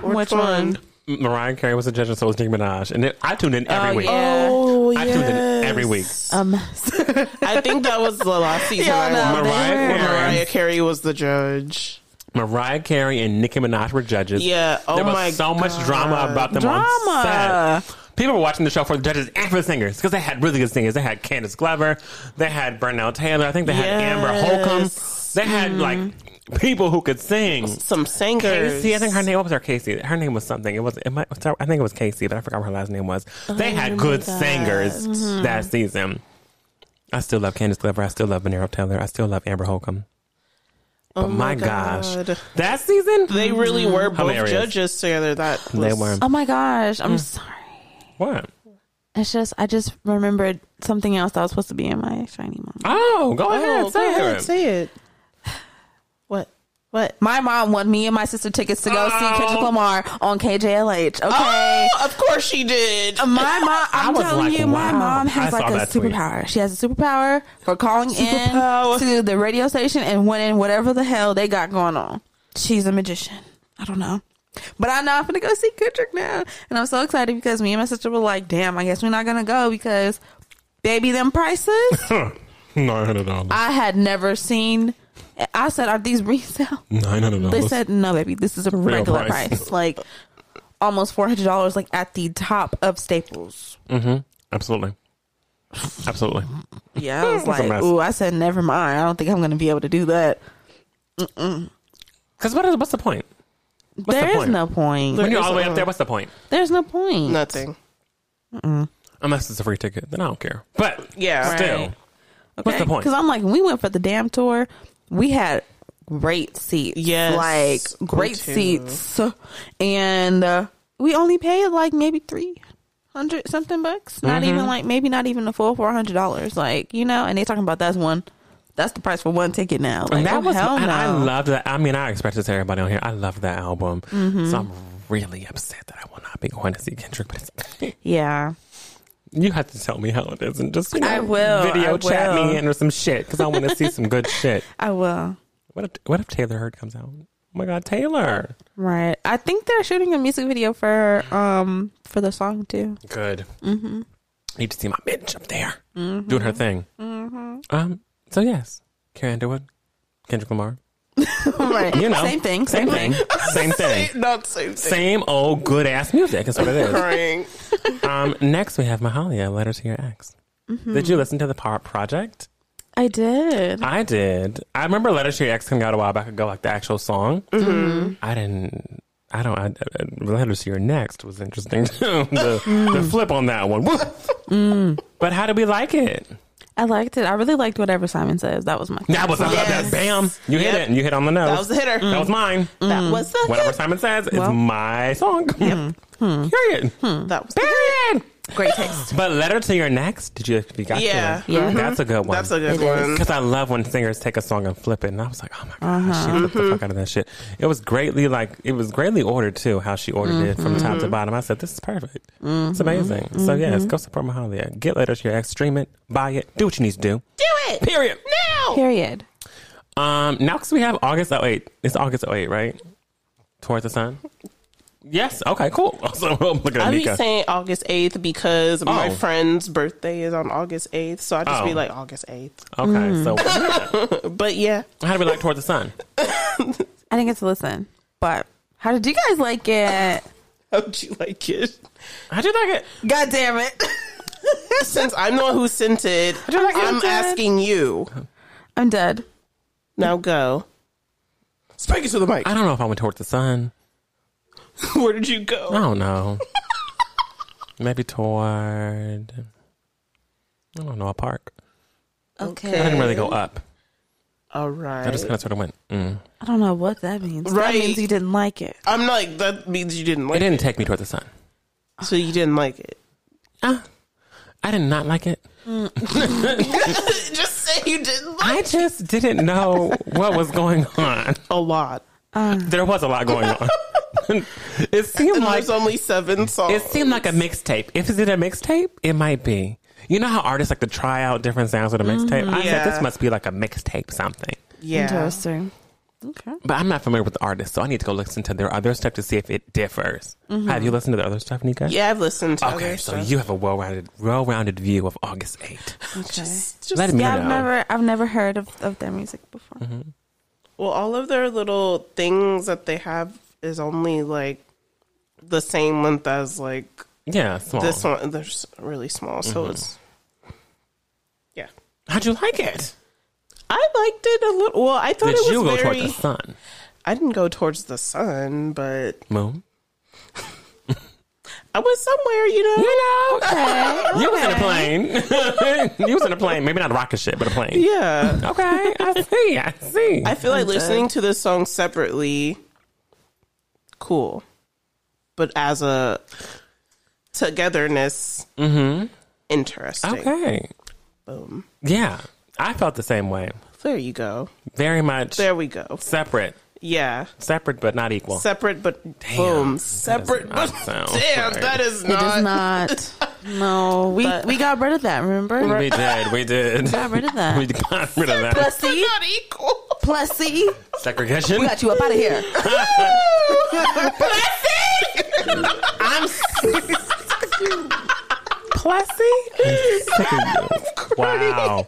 A: Which one?
B: Mariah Carey was a judge, and so was Nicki Minaj, and it, I tuned in every
A: Oh,
B: week.
A: yeah.
C: Oh,
B: I
C: yes.
B: tuned in every week.
A: Um,
C: I think that was the last season.
A: Y'all
C: I
A: know
C: watched.
A: they
B: Mariah
A: were-
B: Carey.
C: Mariah Carey was the judge.
B: Mariah Carey and Nicki Minaj were judges.
C: Yeah. Oh
B: there was
C: my
B: so much drama about them
A: Drama.
B: on set. People were watching the show for the judges and for the singers because they had really good singers. They had Candace Glover, they had Bernal Taylor, I think they had Amber Holcomb.
C: Yes. Mm-hmm.
B: They had like people who could sing.
C: Some singers.
B: Casey, I think her name what was her Casey. Her name was something. It was it might, I think it was Casey, but I forgot what her last name was.
C: Oh
B: They had good singers
C: Mm-hmm.
B: that season. I still love Candace Glover. I still love Benero Taylor. I still love Amber Holcomb. But my,
C: Oh my Mm-hmm.
B: gosh,
C: God.
B: that season
C: They really were both
B: Hilarious.
C: judges together. That was,
B: they were
A: oh my gosh,
C: Mm.
A: I'm sorry.
B: what?
A: It's just I just remembered something else that was supposed to be in my shiny moment.
B: Oh, go
C: Oh,
B: ahead, say
C: go ahead,
B: it.
C: say it. What? What?
A: My mom won me and my sister tickets to go see Kendrick Lamar on KJLH. Okay.
C: Oh, of course she did.
A: Uh, My mom, I'm
B: was
A: telling
B: like,
A: you, my
B: wow.
A: mom has
B: I
A: like
B: saw
A: a
B: that tweet.
A: superpower. She has a superpower for calling in
C: Superpower.
A: to the radio station and winning whatever the hell they got going on. She's a magician. I don't know. But I know I'm gonna go see Kendrick now. And I'm so excited because me and my sister were like, damn, I guess we're not gonna go because baby them prices.
B: Nine hundred dollars.
A: I had never seen. I said, "Are these resale?"
B: Nine hundred
A: They said, "No, baby, this is a regular
B: price."
A: price. like almost four hundred dollars, like at the top of Staples."
B: Mm-hmm. Absolutely, absolutely.
A: Yeah, I was
B: It's a
A: like,
B: mess.
A: "Ooh," I said, "Never mind. I don't think I'm going to be able to do that."
B: Because what is what's the point? What's the
A: there is
B: point?
A: no point.
B: When you're all the way
C: There's
B: up
C: a-
B: there, what's the point?
A: There's no point.
C: Nothing.
B: Unless it's a free ticket, then I don't care. But
C: Yeah.
B: still,
A: Right.
B: what's the point?
A: Because I'm like, when we went for the damn tour, we had great seats.
C: Yes, me
A: like great
C: too.
A: seats, and uh, we only paid like maybe three hundred something bucks.
B: Mm-hmm.
A: Not even like maybe not even the full four hundred dollars. Like you know, and they talking about that's one. That's the price for one ticket now. Like,
B: And that
A: oh,
B: was,
A: hell
B: and
A: no.
B: I loved that. I mean, I expressed this to everybody on here. I love that album.
A: Mm-hmm.
B: So I'm really upset that I will not be going to see Kendrick. But it's,
A: yeah,
B: you have to tell me how it is and just, you know,
A: I will,
B: video
A: I
B: chat
A: will.
B: me in or some shit because I want to see some good shit.
A: I will.
B: What if, what if Taylor Hurd comes out? Oh my God, Taylor.
A: Right. I think they're shooting a music video for um for the song too.
B: Good. Mm-hmm. Need to see my bitch up there. doing her thing. Um. So yes, Carrie Underwood, Kendrick Lamar.
A: right.
B: You know,
A: Same thing.
B: same thing, same thing,
C: Not same thing.
B: same old good ass music. That's what it is.
C: Crying.
B: Um. Next, we have Mahalia. Letter to your ex. Did you listen to the part project?
A: I did.
B: I did. I remember Letter to Your Ex coming out a while back ago, like the actual song.
C: Mm-hmm.
B: I didn't. I don't. I, I, Letter to Your Next was interesting too. the,
C: Mm.
B: the flip on that one. Woo! But how did we like it?
A: I liked it. I really liked whatever Simon says. That was my.
B: That was
A: favorite
B: that,
C: Yes.
B: bam. You hit
C: Yep.
B: it. and You hit on the nose.
C: That was Mm. the hitter.
B: That was mine.
C: That was the
B: Whatever Simon says, it's
A: Well.
B: my song.
C: Hmm.
B: Yep. Period.
C: hit. That was the hit.
B: Period.
A: song. Great taste.
B: But letter to your next. Did you? if You got
C: Yeah. Mm-hmm.
B: to it?
A: Yeah.
B: That's a good one.
C: That's a good
A: It is.
C: one.
B: Because I love when singers take a song and flip it, and I was like, "Oh my god, she flipped the fuck out of that shit." It was greatly like it was greatly ordered too. How she ordered it from top to bottom. I said, "This is perfect. It's amazing." So yes, go support Mahalia. Get letters to your ex, stream it, buy it, do what you need to do.
C: Do it.
B: Period.
C: Now.
A: Period.
B: Um, now because we have August 08. It's August 08, right? Towards the sun. Yes. Okay. Cool. Also, I'm looking at
C: I be
B: Nika.
C: saying August 8th because my
B: Oh.
C: friend's birthday is on August 8th. So I just
B: Oh.
C: be like, August 8th.
B: okay. So
C: But yeah.
B: how do we like towards the sun?
A: I didn't get to listen, but how did you guys like it?
C: How'd you like it?
B: I do like it.
A: God damn it!
C: Since I'm the one who sent it,
A: like it,
C: I'm
A: Dad?
C: asking you.
A: I'm dead.
C: Now go. Speak it to the mic.
B: I don't know if I went towards the sun.
C: Where did you go?
B: I don't know. Maybe toward. I don't know a park.
A: Okay.
B: I didn't really go up.
C: All right.
B: I just kind of sort of went. Mm.
A: I don't know what that means. That
C: Right.
A: means you didn't like it.
C: I'm like, that means you didn't
B: It
C: like it.
B: didn't take me toward the sun.
C: So you didn't like it.
B: Ah, I did not like it.
C: just say you didn't like
B: I just didn't know what was going on.
C: a lot.
B: There was a lot going on. it seemed
C: And
B: like
C: there's only seven songs.
B: It seemed like a mixtape. If is it a mixtape, it might be. You know how artists like to try out different sounds with a mixtape. I
C: Yeah.
B: said this must be like a mixtape something.
C: yeah.
A: Interesting. Okay.
B: But I'm not familiar with the artist, so I need to go listen to their other stuff to see if it differs. Have you listened to the other stuff, Nika?
C: Mm-hmm. Yeah, I've listened to
B: Okay,
C: other
B: so
C: stuff.
B: you have a well-rounded, well-rounded view of August 8th.
A: Okay.
C: Just-
B: Let me
A: yeah,
B: know. Mm-hmm.
A: I've never, I've never heard of, of their music before.
C: Well, all of their little things that they have is only like the same length as like
B: yeah, small.
C: this one. They're s- really small,
B: Mm-hmm.
C: so it's yeah.
B: How'd you like it?
C: I liked it a little. Well, I thought
B: Did
C: it was
B: you go
C: very.
B: toward the sun,
C: I didn't go towards the sun, but
B: moon?
C: I was somewhere, you know.
B: You know,
A: Okay.
B: you was in a plane. you was in a plane. Maybe not a rocket ship, but a plane.
C: Yeah,
B: Okay, I see. I see.
C: I feel like listening to this song separately, cool, but as a togetherness, interesting.
B: Mm-hmm. okay.
C: Boom.
B: Yeah, I felt the same way.
C: There you go.
B: Very much
C: There we go.
B: separate,
C: Yeah.
B: separate but not equal.
C: Separate but boom. Separate
B: not
C: but
B: sound
C: damn,
B: right.
C: that is
A: It does
C: not.
A: not. Uh, No, we we got rid of that. Remember?
B: we did, we did.
A: Got rid of that.
B: We got rid of that
A: Plessy,
C: Not equal.
A: Plessy,
B: segregation.
A: got you up out of here.
B: Plessy. wow.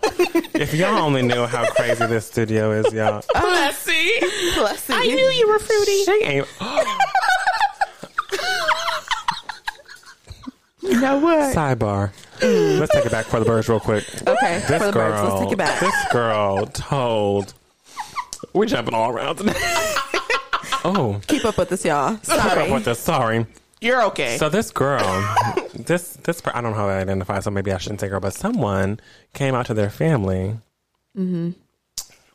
B: If y'all only knew how crazy this studio is, y'all.
A: Oh,
C: Blessy.
A: Plessy.
C: I knew you were fruity.
B: She ain't.
A: You know what?
B: Sidebar. Let's take it back for the birds real quick.
A: Okay,
B: This
A: for the
B: girl,
A: birds, let's take it back.
B: This girl told. We're jumping all around today. oh,
A: Keep up with this, y'all. Sorry.
B: what the sorry.
C: You're okay.
B: So this girl, this this per- I don't know how to identify, so maybe I shouldn't say girl, but someone came out to their family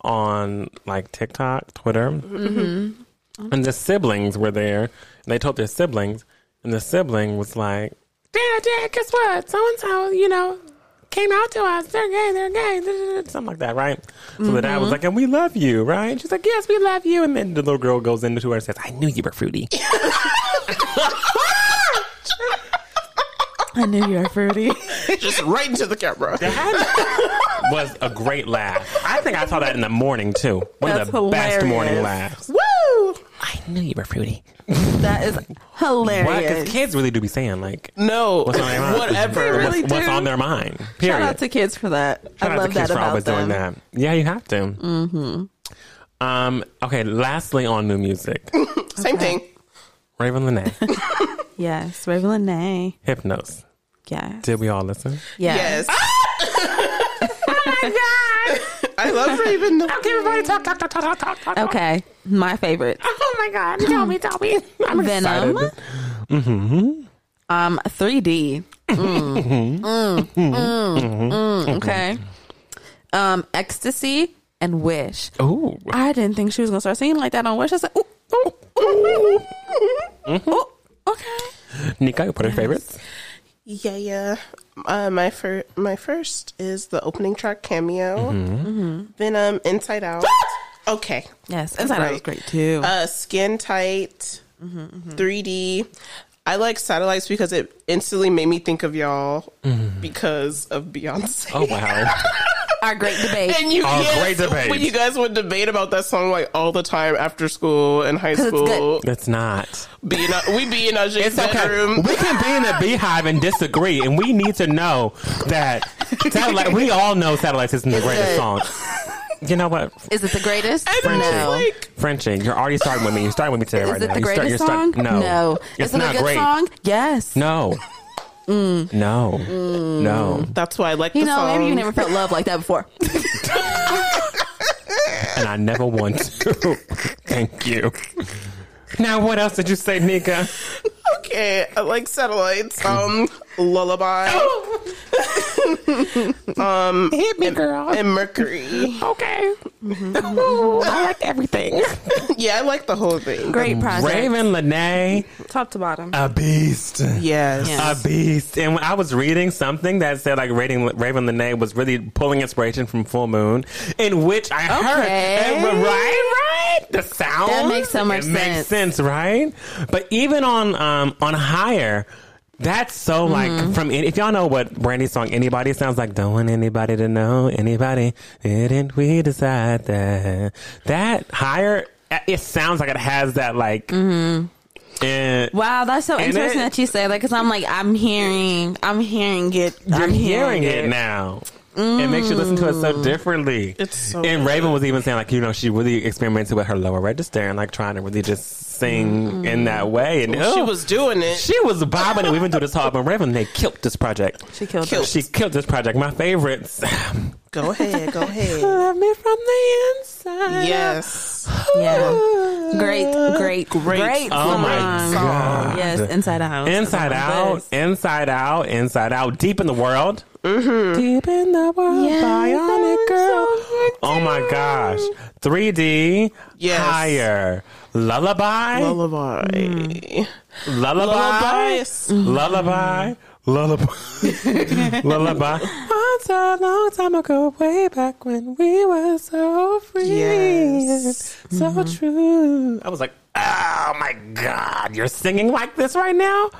B: on like TikTok, Twitter, and the siblings were there, and they told their siblings, and the sibling was like, "Dad, dad, guess what? So and so, you know." Came out to us. They're gay. They're gay. Something like that, right? So the dad was like, "And we love you, right?" She's like, "Yes, we love you." And then the little girl goes into her and says, "I knew you were fruity."
A: I knew you were fruity.
C: Just right into the camera.
B: That was a great laugh. I think I saw that in the morning too. One
A: That's
B: of the best
A: hilarious.
B: morning laughs.
C: Woo!
B: I knew you were fruity.
A: That is
B: What?
A: hilarious.
B: Because kids really do be saying like
C: No,
B: what's on their mind.
C: whatever.
A: They really
B: what's, what's
A: do.
B: on their mind. Period.
A: Shout out to kids for that.
B: Shout
A: I
B: out to
A: love
B: kids
A: that
B: for
A: about
B: always
A: them.
B: doing that. Yeah, you have to. Mm-hmm. Um. Okay. Lastly, on new music,
C: Same thing.
B: Raven Lene,
A: Yes, Raven Lene.
B: Hypnos.
A: Yes.
B: Did we all listen?
A: yes.
C: Yes. oh my Oh god! I love Raven.
B: Everybody talk, talk, talk, talk, talk, talk.
A: Okay, my favorite.
B: Oh my god! Tell me, tell me. I'm
A: Venom.
B: excited.
A: Um, 3D. Mm. Mm. Mm. Mm. Okay. Um, ecstasy and wish.
B: Ooh.
A: I didn't think she was gonna start singing like that on Wish. I said, ooh, ooh, ooh, ooh. okay.
B: Nika, what are your favorites?
C: Yeah, yeah. Uh, my fir- my first is the opening track cameo. Mm-hmm. Venom, Inside Out. okay.
A: Yes, and that was
C: Right.
A: great too.
C: Uh, skin tight. 3D. I like satellites because it instantly made me think of y'all because of Beyonce.
B: Mm-hmm. Oh wow!
A: Our great debate.
C: And you,
B: Oh,
C: yes,
B: great debate.
C: when you guys would debate about that song like all the time after school and high
A: 'Cause it's good.
C: school,
B: That's not.
C: be in a, we be in Ajay's
B: It's okay.
C: bedroom.
B: We can be in a beehive and disagree, and we need to know that satellite. We all know satellite isn't the greatest song. You know what,
A: Is it the greatest?
C: And I was
A: No.
C: like,
B: Frenchie? You're already starting with me. You're starting with me today,
A: Is
B: right
A: it
B: now.
A: the
B: You start-
A: greatest
B: you're starting-
A: song?
B: no,
A: no.
B: it's
A: Is it
B: not
A: a good
B: great.
A: song? Mm. Yes.
B: No, no,
A: Mm.
B: no.
C: that's why I like
A: You
C: the
A: know,
C: song.
A: maybe you never felt love like that before.
B: And I never want to. Thank you. Now, what else did you say, Nika?
C: Okay, I like satellites. Um, lullaby.
B: Hit me, girl.
C: and Mercury.
B: Okay. I like everything.
C: Yeah, I like the whole thing.
A: Great project.
B: Raven Lene,
A: Top to bottom.
B: a beast.
C: Yes.
A: Yeah.
B: A beast. And when I was reading something that said like Raven, Raven Lene was really pulling inspiration from Full Moon, in which I heard,
A: Okay.
B: and- right, right, the sound
A: That makes so much
B: it Makes
A: sense.
B: sense, right? But even on um on higher. That's so like
A: Mm-hmm.
B: from if y'all know what Brandy's song anybody sounds like don't want anybody to know anybody didn't we decide that that higher it sounds like it has that like
A: Mm-hmm.
B: eh,
A: Wow, that's so
B: And
A: interesting
B: it-
A: that you say that because I'm like, I'm hearing, I'm hearing it.
B: You're
A: I'm
B: hearing it now. It makes you listen to it so differently.
C: It's so
B: and Raven was even saying like, you know, she really experimented with her lower register and like trying to really just sing in that way. And
C: She
B: oh,
C: was doing it.
B: she was bobbing and weaving through this whole album. Raven, they killed this project.
A: She killed
C: Killed.
A: it.
B: She killed this project. My favorites.
C: go ahead, go ahead.
B: Love me from the inside.
C: yes.
A: Yeah. Great, great, great, great
B: Oh my
A: song.
B: God.
A: Yes, Inside Out.
B: Inside out, inside out, inside out, deep in the world. Deep in the world,
A: Yes,
B: bionic
A: I'm
B: girl.
A: so
B: oh my gosh. 3D,
C: Yes.
B: higher. Lullaby,
C: Lullaby. Hmm.
B: lullaby,
C: Lullabies.
B: lullaby, lullaby, lullaby. Once a long time ago, way back when we were so free,
C: Yes.
B: so true. Mm-hmm. I was like, oh my god, you're singing like this right now.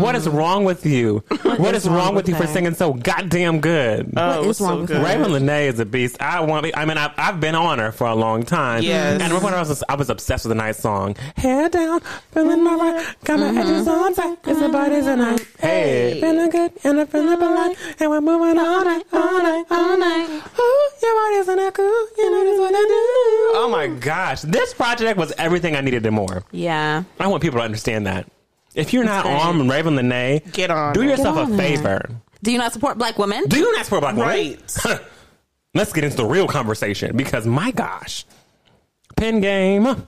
B: What is wrong with you? Mm. what is, wrong, with Uh, you for
A: her?
B: singing so goddamn good?
C: Oh,
A: What
C: it
A: is
C: was so
A: wrong with
C: good.
A: that?
B: Raven Lene is a beast. I want. I mean, I, I've been on her for a long time.
C: Yes.
B: And when I was, I was obsessed with the night song. Hair down, feeling alright, got my edges on tight. It's the bodies and I. Hey, feeling good and I'm feeling polite, and we're moving all night, all night, all night. Ooh, your body's in that cool. You know that's what I do. Oh my gosh, this project was everything I needed and more.
A: Yeah.
B: I want people to understand that. If you're not
A: great.
B: on Raven Lene,
C: Get on
B: Do
C: it.
B: yourself
A: Get
B: a
A: on it.
B: favor.
A: Do you not support black women?
B: Do you not support black women?
C: Right.
B: let's get into the real conversation because my gosh, pin game,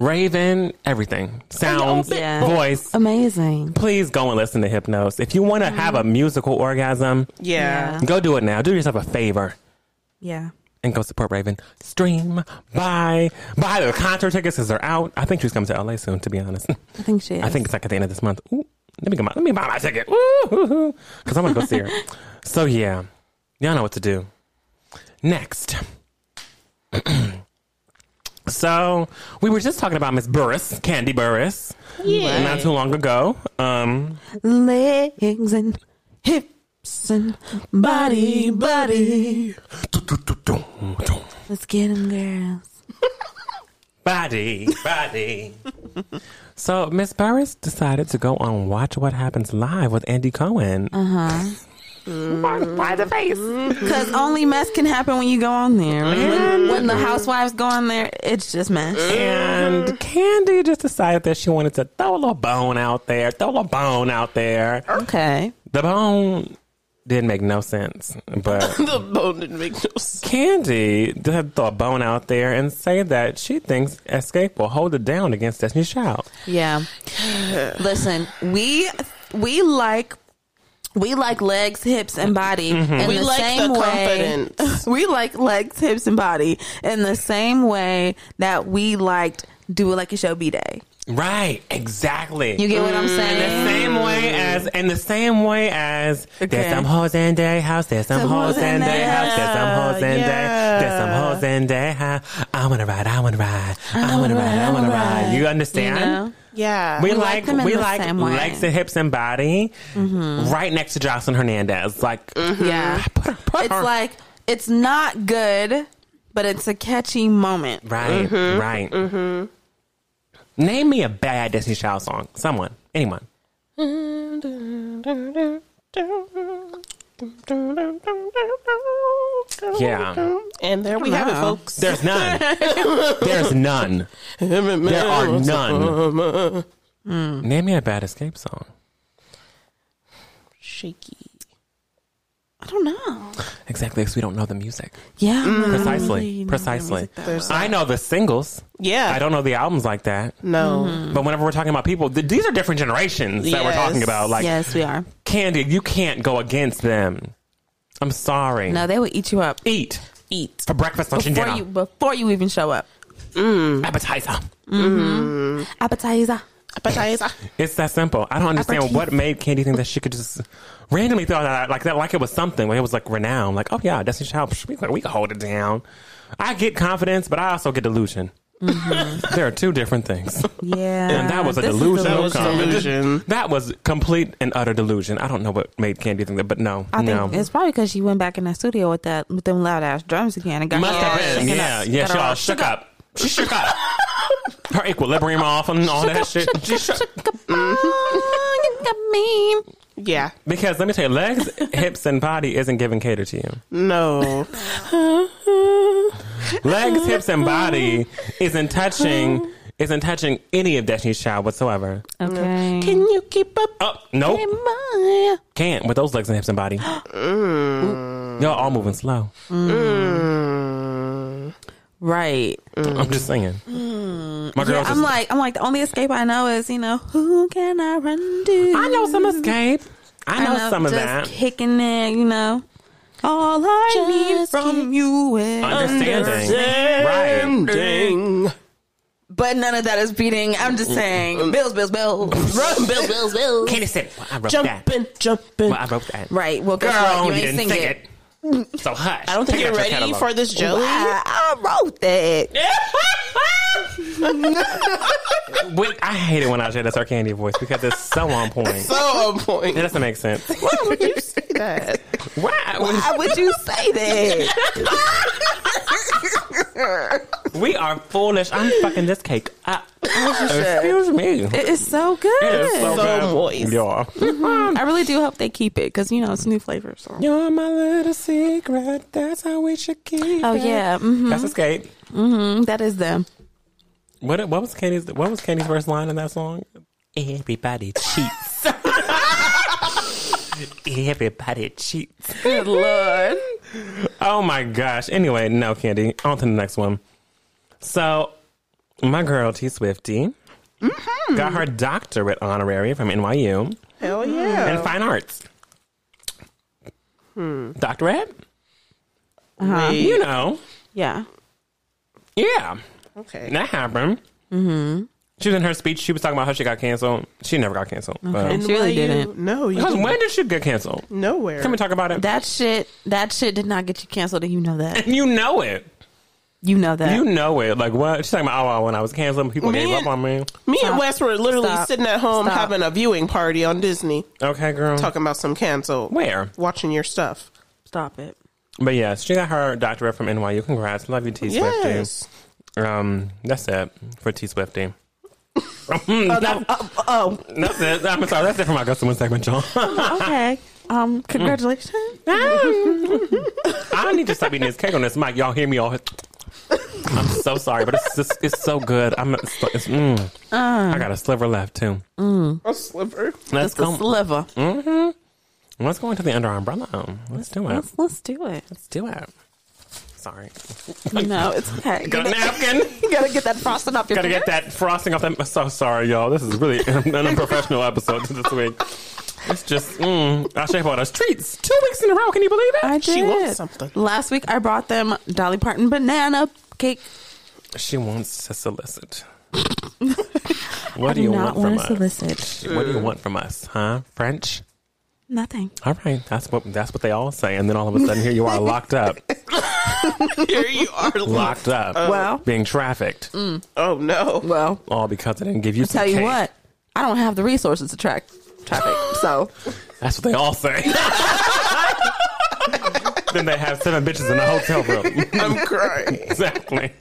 B: Raven, everything, sounds,
A: Yeah.
B: voice.
A: Amazing.
B: Please go and listen to Hypnos. If you want to have a musical orgasm,
C: Yeah.
B: go do it now. Do yourself a favor
A: Yeah.
B: and go support Raven. Stream, buy, buy the concert tickets because they're out. I think she's coming to LA soon. To be honest,
A: I think she is.
B: I think it's like at the end of this month. Ooh, let me go. Buy, let me buy my ticket. Ooh, because I'm gonna go see her. So yeah, y'all know what to do. Next. so we were just talking about Miss Burris, Candy Burris,
A: Yeah.
B: not too long ago. Um,
A: Legs and hips and body, body. Let's get them, girls.
B: Body, body. so Miss Burris decided to go on Watch What Happens Live with Andy Cohen.
A: Why the face? Because only mess can happen when you go on there. When,
C: Mm-hmm.
A: when- when the housewives go on there, it's just mess.
B: And Candy just decided that she wanted to throw a little bone out there, throw a little bone out there.
A: Okay.
B: The bone didn't make no sense, but
C: The bone didn't make no sense.
B: Candy did have to throw a bone out there and say that she thinks Escape will hold it down against Destiny's Child.
A: Yeah. Listen, we we like we like legs, hips, and body in
C: Mm-hmm. We
A: the
C: like
A: same
C: the
A: way.
C: confidence.
A: We like legs, hips, and body in the same way that we liked do it like a show b day.
B: Right, exactly.
A: You get what
C: Mm-hmm.
A: I'm saying?
B: same way as in the same way as
A: Okay.
B: there's some hoes in their house, there's some,
A: Some
B: hoes
A: hoes
B: in
A: in
B: their
A: their
B: house, there's some hoes in
C: Yeah.
B: their, there's some hoes in their house. I wanna ride, I wanna ride, I wanna ride, I wanna ride. You understand?
A: You know?
C: Yeah.
B: We,
A: We like
B: like,
A: them in
B: we
A: the
B: like
A: same way. Mm-hmm.
B: legs and hips and body, right next to Jocelyn Hernandez. Like
A: Yeah.
C: Mm-hmm.
B: put her, put
A: It's
B: her-
A: like it's not good, but it's a catchy moment.
B: right, right. Name me a bad Destiny Child song. Someone, anyone. Yeah.
C: And there we have it,
A: Wow.
C: folks.
B: There's none. There's none. There are none. Name me a bad escape song.
C: Shaky.
A: I don't know.
B: Exactly, because we don't know the music.
A: Yeah.
B: Mm.
A: Mm.
B: Precisely. Precisely. I know the singles.
C: Yeah.
B: I don't know the albums like that.
C: No.
A: Mm-hmm.
B: But whenever we're talking about people, th- these are different generations that we're
C: Yes.
B: talking about. Like,
A: yes, we are.
B: Candy, you can't go against them. I'm sorry.
A: No, they will eat you up.
B: Eat
C: Eat.
B: for breakfast, lunch, and
A: Before
B: dinner.
A: you before you even show up.
B: Appetizer.
A: Appetizer.
C: Appetizer.
B: It's that simple. I don't understand
A: Aperitif.
B: what made Candy think that she could just randomly throw that out like that, like it was something. Like it was like renowned. Like, oh yeah, Destiny Child, psh, we, we can hold it down. I get confidence, but I also get delusion.
A: Mm-hmm.
B: there are two different things,
A: Yeah.
B: and that was a
A: This is
B: delusional
C: was
B: comment.
C: delusion.
B: That was complete and utter delusion. I don't know what made Candy think that, but no,
A: I
B: no.
A: think it's probably because she went back in that studio with that with them loud ass drums again and got
B: Must
A: her all
B: have been.
A: shaken
B: Yeah,
A: up.
B: yeah.
A: Got
B: She
A: her
B: all shook up. She shook up. Her equilibrium off and all that shit. Mm-hmm. She shook.
A: Oh, you got me.
C: Yeah.
B: Because let me tell you, legs, hips, and body isn't giving cater to you.
C: No.
B: Legs, hips, and body isn't touching isn't touching any of Destiny's Child whatsoever.
A: Okay.
C: Can you keep up?
B: Oh nope,
A: Maya.
B: can't with those legs and hips and body. Y'all all moving slow.
A: Right.
B: I'm just saying. My
A: Yeah,
B: girls,
A: I'm like I'm like the only escape I know is, you know, who can I run to?
B: I know some escape. I know, some of
A: just
B: that.
A: Kicking it, you know. All I need from you is
B: Understanding, right?
C: Ding.
A: But none of that is beating. I'm just saying, bills, bills, bills.
C: Run, Bill, Bill, Bill.
B: Candy said, well, I wrote that.
C: Jumping, jumping.
B: Well, I wrote that.
A: right. Well, guess
B: Girl,
A: what?
B: you,
A: You ain't sing
B: didn't think
A: it.
B: it. So hush.
C: I don't think
B: Pick
C: you're
B: up your
C: ready
B: catalog.
C: for this jelly.
A: I, I wrote that.
B: When- I hate it when I hear that Sarcandia voice because it's so on point.
C: So on
B: It
C: point.
B: doesn't make sense.
C: Why would you say that?
B: Why?
A: Why would you say that?
B: We are foolish. I'm fucking this cake up. Excuse me. It
A: It is so good.
B: is so,
C: So
B: good.
C: moist.
B: Y'all.
A: I really do hope they keep it because you know it's new flavor. So.
B: You're my little secret. That's how we should keep
A: Oh
B: it.
A: yeah, mhm,
B: That's escape.
A: Mm, that is them.
B: What, what was Katie's What was Katie's first line in that song? Everybody cheats. Everybody cheats.
A: Good lord.
B: Oh my gosh. Anyway, no, Candy. On to the next one. So, my girl T Swifty got her doctorate honorary from NYU
C: Hell yeah.
B: in fine arts. Doctorate?
A: Uh-huh.
C: Wait.
B: You know.
A: Yeah.
B: Yeah.
C: Okay.
B: That happened. Mm-hmm. She was in her speech. She was talking about how she got canceled. She never got canceled. but-
A: She really
C: Why you-
A: didn't.
C: No, you
B: Because
C: didn't.
B: when did she get canceled?
C: nowhere.
B: Can we talk about it?
A: That shit. That shit did not get you canceled, and you know that.
B: you know it.
A: You know that.
B: You know it. Like what? She's talking about oh, when I was canceled, people
C: Man.
B: gave up on me.
C: Me
A: Stop.
C: and Wes were literally
A: Stop.
C: sitting at home
A: Stop.
C: having a viewing party on Disney,
B: Okay, girl.
C: talking about some cancel.
B: Where?
C: Watching your stuff.
A: Stop it.
B: But yes, she got her doctorate from NYU. Congrats. Love you, T Swifty.
C: Yes.
B: Um, that's it for T Swifty.
A: Uh,
C: Oh,
B: That's it. I'm sorry. That's it for my customer segment, y'all.
A: Okay. Um, congratulations.
B: I need to stop eating this cake on this mic. Y'all hear me all. I'm so sorry, but it's just, it's so good. I'm it's, it's- mm. I got a sliver left too.
C: a sliver.
A: Uh. Mm, It's
B: Let's
A: a
B: go.
A: sliver.
B: Let's go into the under umbrella. Let's do it.
A: Let's let's do it.
B: Let's do it. Sorry,
A: No, it's okay.
B: got a napkin.
A: You gotta get that frosting off your
B: Gotta get that frosting off. That. I'm so sorry, y'all. This is really an unprofessional episode this week. It's just mm, I shape all those treats two weeks in a row. Can you believe it?
A: I did.
C: She wants something.
A: Last week I brought them Dolly Parton banana cake.
B: She wants to solicit. what
A: I
B: do you
A: not
B: want from
A: to
B: us?
A: solicit.
B: What do you want from us, huh? French?
A: Nothing.
B: All right, that's what that's what they all say, and then all of a sudden here you are locked up,
C: Here you are.
B: locked up,
A: Well.
B: being trafficked,
C: Oh no.
A: Well,
B: all because they didn't give you. some
A: tell you
B: cake.
A: what, I don't have the resources to track traffic. So
B: that's what they all say. then they have seven bitches in a hotel room.
C: I'm crying.
B: exactly.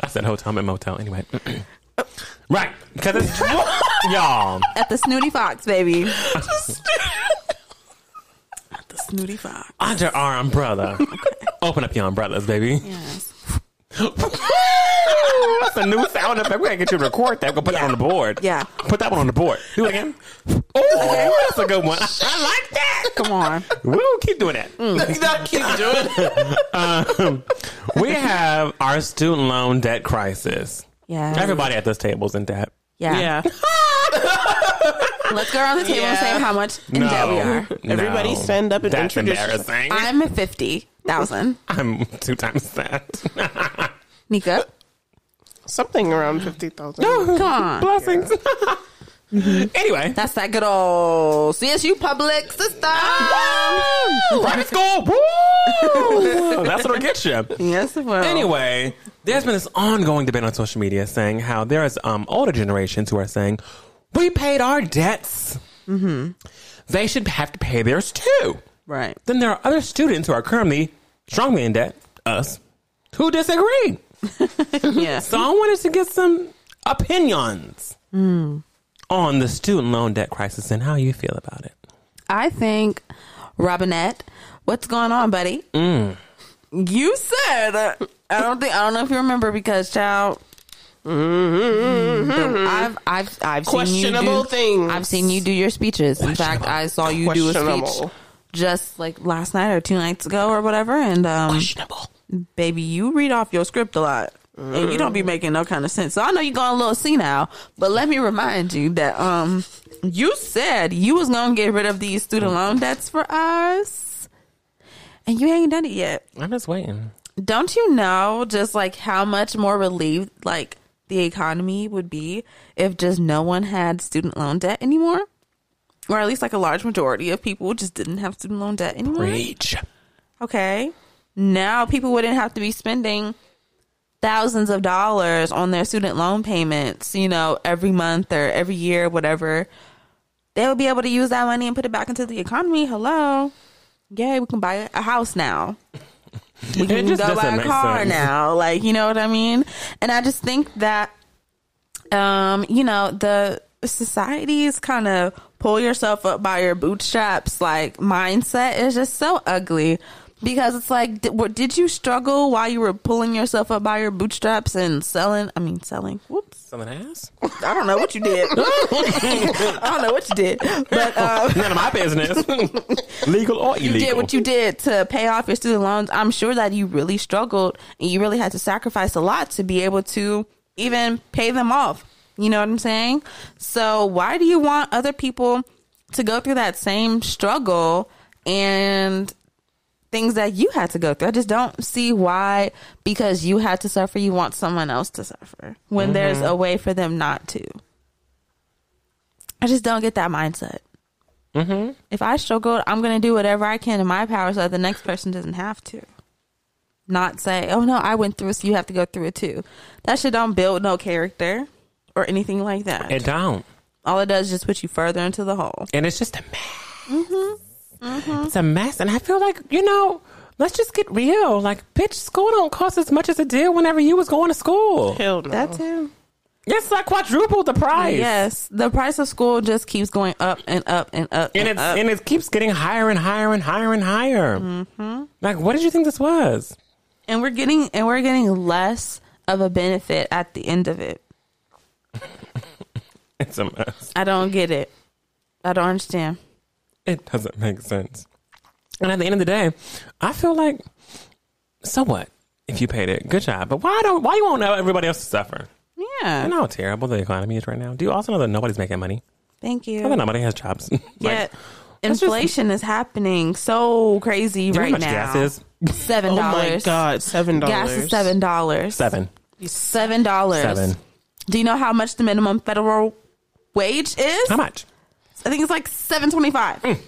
B: I said hotel, I meant motel. Anyway, right? Because it's y'all.
A: at the Snooty Fox, baby. at the Snooty Fox.
B: Under our umbrella. Open up your umbrellas, baby.
A: Yes.
B: That's a new sound effect. We gotta get you to record that. Go put that on the board.
A: Yeah.
B: Put that one on the board. Do it again. Ooh, that's a good one. I like that.
A: Come on.
B: Woo, keep doing that.
A: Mm.
C: Not keep doing it.
B: We have our student loan debt crisis.
A: Yeah.
B: Everybody at this table's in debt.
A: Yeah. Let's go around the table and
C: Yeah.
A: say how much in
B: no,
A: debt we are.
B: No.
C: Everybody stand up and
B: That's
C: introduce yourself.
B: embarrassing. I'm,
A: I'm at fifty thousand.
B: two times that.
A: Nika,
C: Something around fifty thousand.
A: Oh, come on.
B: Blessings. anyway,
A: That's that good old CSU public system.
B: private school. Woo! That's what'll get you.
A: yes, it will.
B: Anyway, there's been this ongoing debate on social media saying how there is um, older generations who are saying we paid our debts.
A: Mm-hmm.
B: They should have to pay theirs too.
A: right.
B: Then there are other students who are currently strongly in debt, us, who disagree.
A: Yeah.
B: So I wanted to get some opinions
A: Hmm.
B: on the student loan debt crisis and how you feel about it.
A: I think, Robinette, what's going on, buddy? You said I don't think I don't know if you remember because child. I've I've I've seen you
C: Questionable
A: do,
C: things.
A: I've seen you do your speeches. In fact, I saw you do a speech
C: Questionable.
A: just like last night or two nights ago or whatever. And um,
C: Questionable.
A: baby, you read off your script a lot. And you don't be making no kind of sense. So I know you're going a little senile, but let me remind you that um you said you was gonna get rid of these student loan debts for us. And you ain't done it yet.
B: I'm just waiting.
A: Don't you know just like how much more relieved like the economy would be if just no one had student loan debt anymore? Or at least like a large majority of people just didn't have student loan debt anymore.
B: Reach.
A: Okay. Now people wouldn't have to be spending thousands of dollars on their student loan payments, you know, every month or every year, whatever. They would be able to use that money and put it back into the economy. Hello. Yay, we can buy a house now. We can
B: just
A: go
B: doesn't
A: buy a
B: make
A: car
B: sense.
A: now. Like, you know what I mean? And I just think that um, you know, the society's kind of pull yourself up by your bootstraps like mindset is just so ugly because it's like did, what, did you struggle while you were pulling yourself up by your bootstraps and selling i mean selling whoops
B: Someone ass?
A: i don't know what you did i don't know what you did but um
B: uh, None of my business. Legal or illegal.
A: you did what you did to pay off your student loans, I'm sure that you really struggled and you really had to sacrifice a lot to be able to even pay them off. You know what I'm saying? So why do you want other people to go through that same struggle and things that you had to go through? I just don't see why because you had to suffer, you want someone else to suffer when there's a way for them not to. I just don't get that mindset
B: Mm-hmm.
A: if I struggled, I'm going to do whatever I can in my power so that the next person doesn't have to. Not say, oh no, I went through it, so you have to go through it too. That shit don't build no character or anything like that.
B: It don't.
A: All it does is just put you further into the hole. Mm-hmm.
B: and it's just a mess. It's a mess, and I feel like you know, Let's just get real. Like, bitch, school don't cost as much as it did whenever you was going to school.
C: Hell no.
A: That too.
B: It's like quadruple the price.
A: Yes, the price of school just keeps going up and up and up
B: And
A: and,
B: it's
A: up.
B: and it keeps getting higher and higher and higher and higher. Like, what did you think this was?
A: and we're getting and we're getting less of a benefit at the end of it.
B: It's a mess.
A: I don't get it. I don't understand.
B: It doesn't make sense. And at the end of the day, I feel like, so what? If you paid it, good job. But why don't why you won't have everybody else to suffer?
A: Yeah.
B: You know how terrible the economy is right now. Do you also know that nobody's making money?
A: Thank
B: Know that
A: you.
B: nobody has jobs. like,
A: Yet
B: just-
A: inflation is happening so crazy
B: do you know
A: right
B: how much
A: now.
B: gas is?
A: Seven
C: Oh
A: dollars.
C: my god, seven dollars.
A: Gas is seven dollars.
B: Seven.
A: Seven dollars.
B: Seven.
A: Do you know how much the minimum federal wage is?
B: How much?
A: I think it's like seven twenty-five.
B: Mm.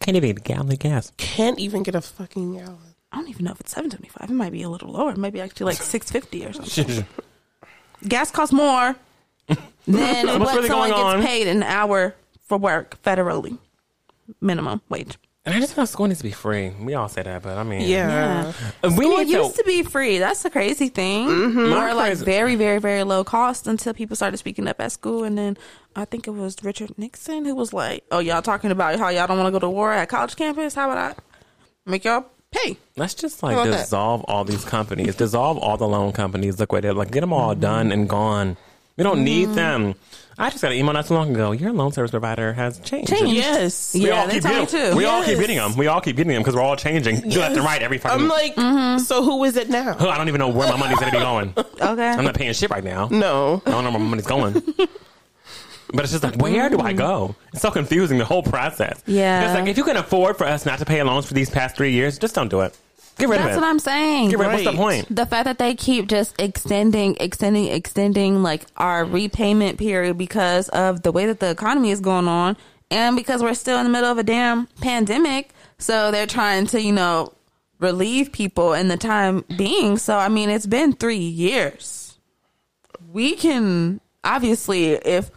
B: Can't even get a gallon of gas.
C: Can't even get a fucking gallon.
A: I don't even know if it's seven twenty-five. It might be a little lower. It might be actually like six fifty or something.
B: That's
A: Gas costs more than
B: What's
A: what
B: really
A: someone
B: going
A: gets
B: on?
A: paid an hour for work federally, minimum wage.
B: And I just feel school needs to be free. We all say that, but I mean,
C: Yeah.
B: we
A: Well, it
B: need
A: used
B: to.
A: to be free. That's the crazy thing.
B: My
A: Or like
B: Mm-hmm. crazy-
A: very, very, very low cost until people started speaking up at school. And then I think it was Richard Nixon who was like, "Oh, y'all talking about how y'all don't want to go to war at college campus? How about I make y'all pay?"
B: Let's just like
C: about that?
B: dissolve all these companies, dissolve all the loan companies. Look what they're like, get them all done and gone. We don't need them. I just got an email not too long ago. Your loan service provider has changed.
A: Changed.
C: Yes.
B: We
A: Yeah,
B: all
A: they
B: keep
A: tell me
B: getting
A: too.
B: We all keep
C: Yes.
B: getting them. We all keep getting them because we're all changing left and right every fucking.
C: I'm like,
A: Mm-hmm.
C: so who is it now?
B: I don't even know where my money's gonna be going.
A: Okay,
B: I'm not paying shit right now.
C: No.
B: I don't know where my money's going. But it's just like, where do I go? It's so confusing, the whole process.
A: Yeah.
B: It's like, if you can afford for us not to pay loans for these past three years, just don't do it. Get rid
A: that's
B: of it.
A: what I'm saying.
B: Get rid of it. What's the
C: Right.
B: point?
A: the fact that they keep just extending, extending, extending like our repayment period because of the way that the economy is going on and because we're still in the middle of a damn pandemic. So they're trying to, you know, relieve people in the time being. So, I mean, it's been three years. We can obviously, if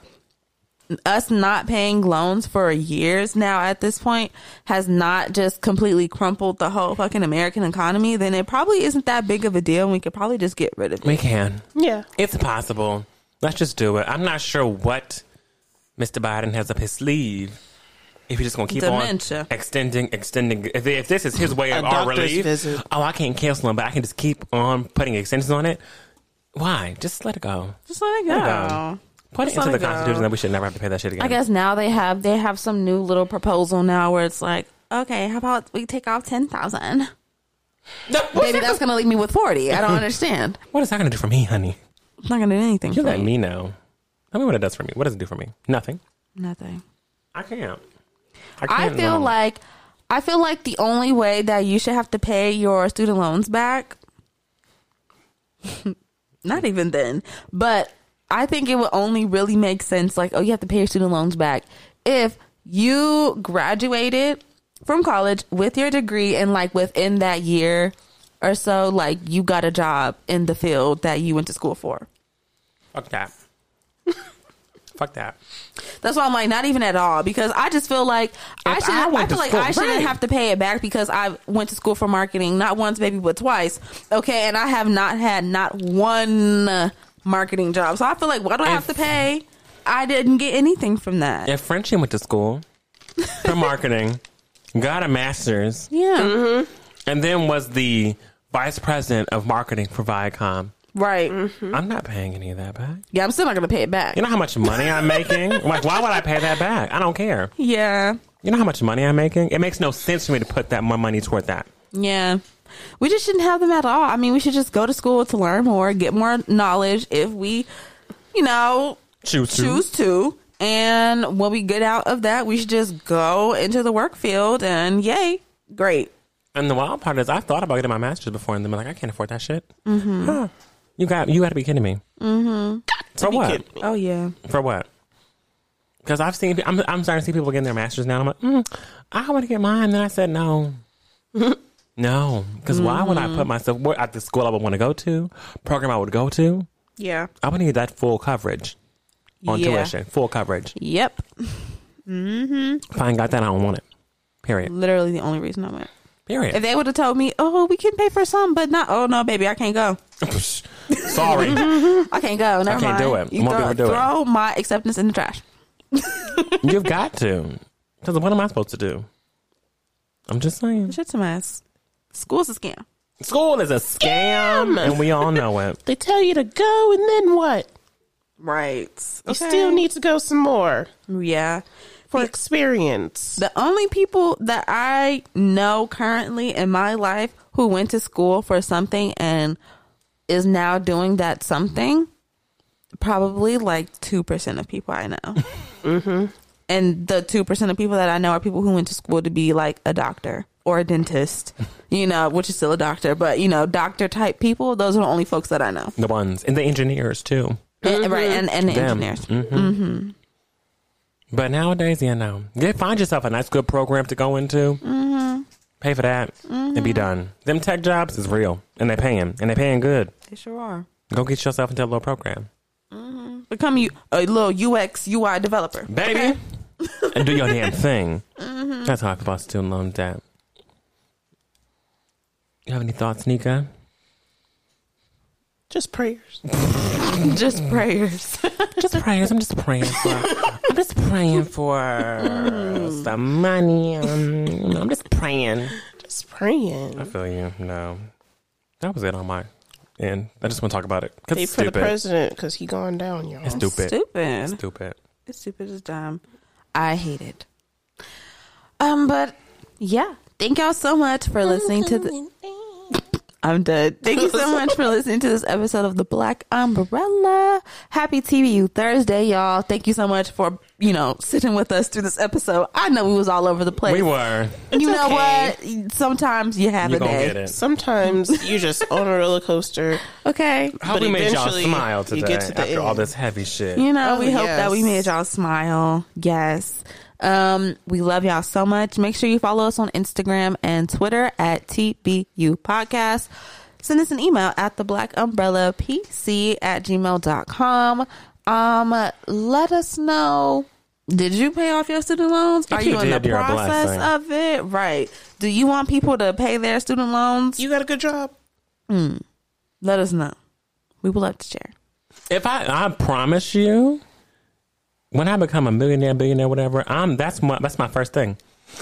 A: us not paying loans for years now at this point has not just completely crumpled the whole fucking American economy, then it probably isn't that big of a deal. and We could probably just get rid of it.
B: We can.
C: Yeah.
B: It's possible. Let's just do it. I'm not sure what Mr. Biden has up his sleeve. If you're just gonna keep
A: Dementia.
B: on extending, extending, if, if this is his way of
C: A
B: our
C: doctor's
B: relief,
C: visit.
B: oh, I can't cancel him, but I can just keep on putting extensions on it. Why? Just let it go.
A: Just let it
B: Let it
A: go.
B: go. Put it
A: Just let
B: into the
A: it go.
B: Constitution that we should never have to pay that shit again.
A: I guess now they have they have some new little proposal now where it's like, okay, how about we take off ten thousand? Maybe that's gonna leave me with forty. I don't understand.
B: What is that going to do for me, honey?
A: It's not gonna do anything.
B: You
A: for
B: let me know. Tell me what it does for me. What does it do for me? Nothing.
A: Nothing.
B: I can't.
A: I
B: can't
A: feel
B: loan.
A: like I feel like the only way that you should have to pay your student loans back not even then, but I think it would only really make sense like oh you have to pay your student loans back if you graduated from college with your degree and like within that year or so like you got a job in the field that you went to school for.
B: fuck that. fuck that.
A: That's why I'm like, not even at all, because I just feel like I
B: If
A: should.
B: I
A: I,
B: went
A: feel
B: to
A: like
B: school-
A: I shouldn't
B: right.
A: have to pay it back because I went to school for marketing, not once, maybe, but twice. Okay, and I have not had not one uh, marketing job, so I feel like why do I have to
B: If-
A: pay? I didn't get anything from that.
B: If Frenchie went to school for marketing, got a master's,
A: yeah,
B: Mm-hmm. and then was the vice president of marketing for Viacom,
A: right.
B: I'm not paying any of that back.
A: Yeah, I'm still not gonna pay it back.
B: Mm-hmm. You know how much money I'm making? like, why would I pay that back? I don't care.
A: yeah,
B: You know how much money I'm making? It makes no sense for me to put that more money toward that.
A: yeah. We just shouldn't have them at all. I mean, we should just go to school to learn more, get more knowledge. If we, you know,
B: Choose to.
A: choose to. And when we get out of that, we should just go into the work field and yay, great.
B: And the wild part is, I've thought about getting my master's before, and then been like, I can't afford that shit. Huh. You got you got to be kidding me. Mm-hmm. For what?
C: kidding
A: Oh, yeah.
B: For what? Because I've seen, I'm, I'm starting to see people getting their masters now. And I'm like, mm, I want to get mine. Then I said no, no. Because why would I put myself where, at the school I would want to go to, program I would go to?
A: Yeah.
B: I would need that full coverage on
A: Yeah.
B: tuition, full coverage.
A: Yep.
B: If I ain't got that, I don't want it. Period.
A: Literally the only reason I went. If
B: Period.
A: they would have told me, oh, we can pay for some, but not, oh, no, baby, I can't go.
B: Sorry.
A: I can't go. Never
B: can't
A: mind.
B: do it.
A: You
B: Won't
A: throw,
B: be able to do it.
A: throw my acceptance in the trash.
B: You've got to. Because what am I supposed to do? I'm just saying.
A: Shit some ass. School's a scam.
B: School is a scam, and we all know it.
C: They tell you to go, and then what?
A: Right.
C: You still need to go some more
A: Yeah.
C: for experience.
A: The only people that I know currently in my life who went to school for something and is now doing that something, probably like 2% of people I know. And the 2% of people that I know are people who went to school to be like a doctor or a dentist, you know, which is still a doctor, but you know, doctor type people, those are the only folks that I know.
B: The ones and the engineers too.
A: And- right. And, and the
B: Them.
A: engineers.
B: But nowadays, you know, get find yourself a nice, good program to go into. Pay for that and be done. Them tech jobs is real, and they paying, and they paying good.
A: They sure are.
B: Go get yourself into a little program,
A: Become you a little UX, UI developer.
B: baby,
A: okay?
B: and do your damn thing. That's how I feel about student loan debt. You have any thoughts, Nika?
C: Just prayers.
A: Just prayers.
B: Just prayers. I'm just praying for. I'm just praying for some money. Um, I'm just praying.
C: Just praying.
B: I feel you. No, that was it on my end. I just want to talk about it. 'cause
C: Pay
B: it's
C: for the
B: stupid.
C: president because he gone down, y'all.
B: It's stupid.
A: Stupid.
B: Stupid.
A: It's stupid as dumb. I hate it. Um, but yeah. Thank y'all so much for listening to the I'm done. Thank you so much for listening to this episode of The Black Umbrella. Happy TVU Thursday, y'all. Thank you so much for, you know, sitting with us through this episode. I know we was all over the place.
B: We were.
A: You know
C: okay.
A: what? Sometimes you have
B: You
A: a
B: gonna
A: day.
B: get it?
C: Sometimes you're just on a roller coaster.
A: Okay.
B: How
C: But
B: we made y'all
C: eventually,
B: smile
C: you
B: today
C: get to the
B: after all
C: end.
B: this heavy shit.
A: You know,
C: Oh,
A: we hope that we made
C: yes.
A: y'all smile. Yes. Um, we love y'all so much. Make sure you follow us on Instagram and Twitter at TBU Podcast. Send us an email at the black umbrella pc at gmail.com. Um, let us know. Did you pay off your student loans? Are you,
B: you
A: in
B: did,
A: the
B: you're a
A: process
B: blessing.
A: of it? Right. Do you want people to pay their student loans?
C: You got a good job.
A: Let us know. We would love to share.
B: If I, I promise you, when I become a millionaire, billionaire, whatever, I'm that's my that's my first thing.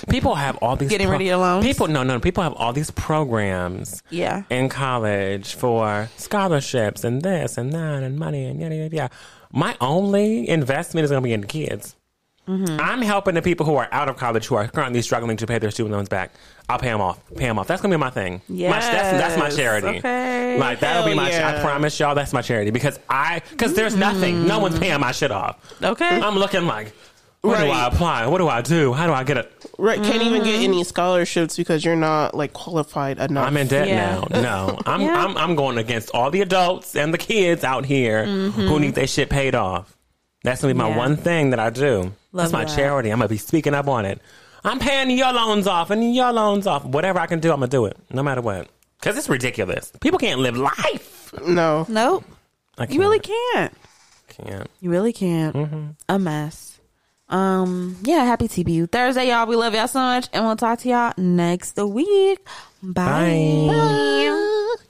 B: People have all these
A: Getting rid of your loans?
B: People, no, no, people have all these programs.
A: Yeah.
B: in college for scholarships and this and that and money and yada yada yada. My only investment is going to be in the kids.
C: Mm-hmm.
B: I'm helping the people who are out of college who are currently struggling to pay their student loans back. I'll pay them off. Pay them off. That's going to be my thing. Yeah, My, that's, that's my
A: Yes.
B: charity.
A: Okay.
B: Like that'll be
C: Hell
B: my.
C: yeah.
B: I promise y'all, that's my charity because I because there's nothing. No
C: Mm.
B: one's paying my shit off.
A: Okay.
B: I'm looking like. Where do
C: Right.
B: I apply? What do I do? How do I get it?
C: Right. Can't even get any scholarships because you're not like qualified enough.
B: Mm-hmm. I'm in debt
A: Yeah.
B: now. No, I'm,
A: Yeah.
B: I'm I'm going against all the adults and the kids out here who need their shit paid off. That's gonna be my
A: Mm-hmm. Yeah.
B: one thing that I do.
A: Love
B: That's my
A: that.
B: charity. I'm gonna be speaking up on it. I'm paying your loans off and your loans off. Whatever I can do, I'm gonna do it, no matter what. Because it's ridiculous. People can't live life.
C: No.
A: Nope.
B: I
A: You really can't.
B: can't.
A: You really can't. A mess. Um, yeah, happy TBU Thursday, y'all. We love y'all so much, and we'll talk to y'all next week. Bye.
B: Bye.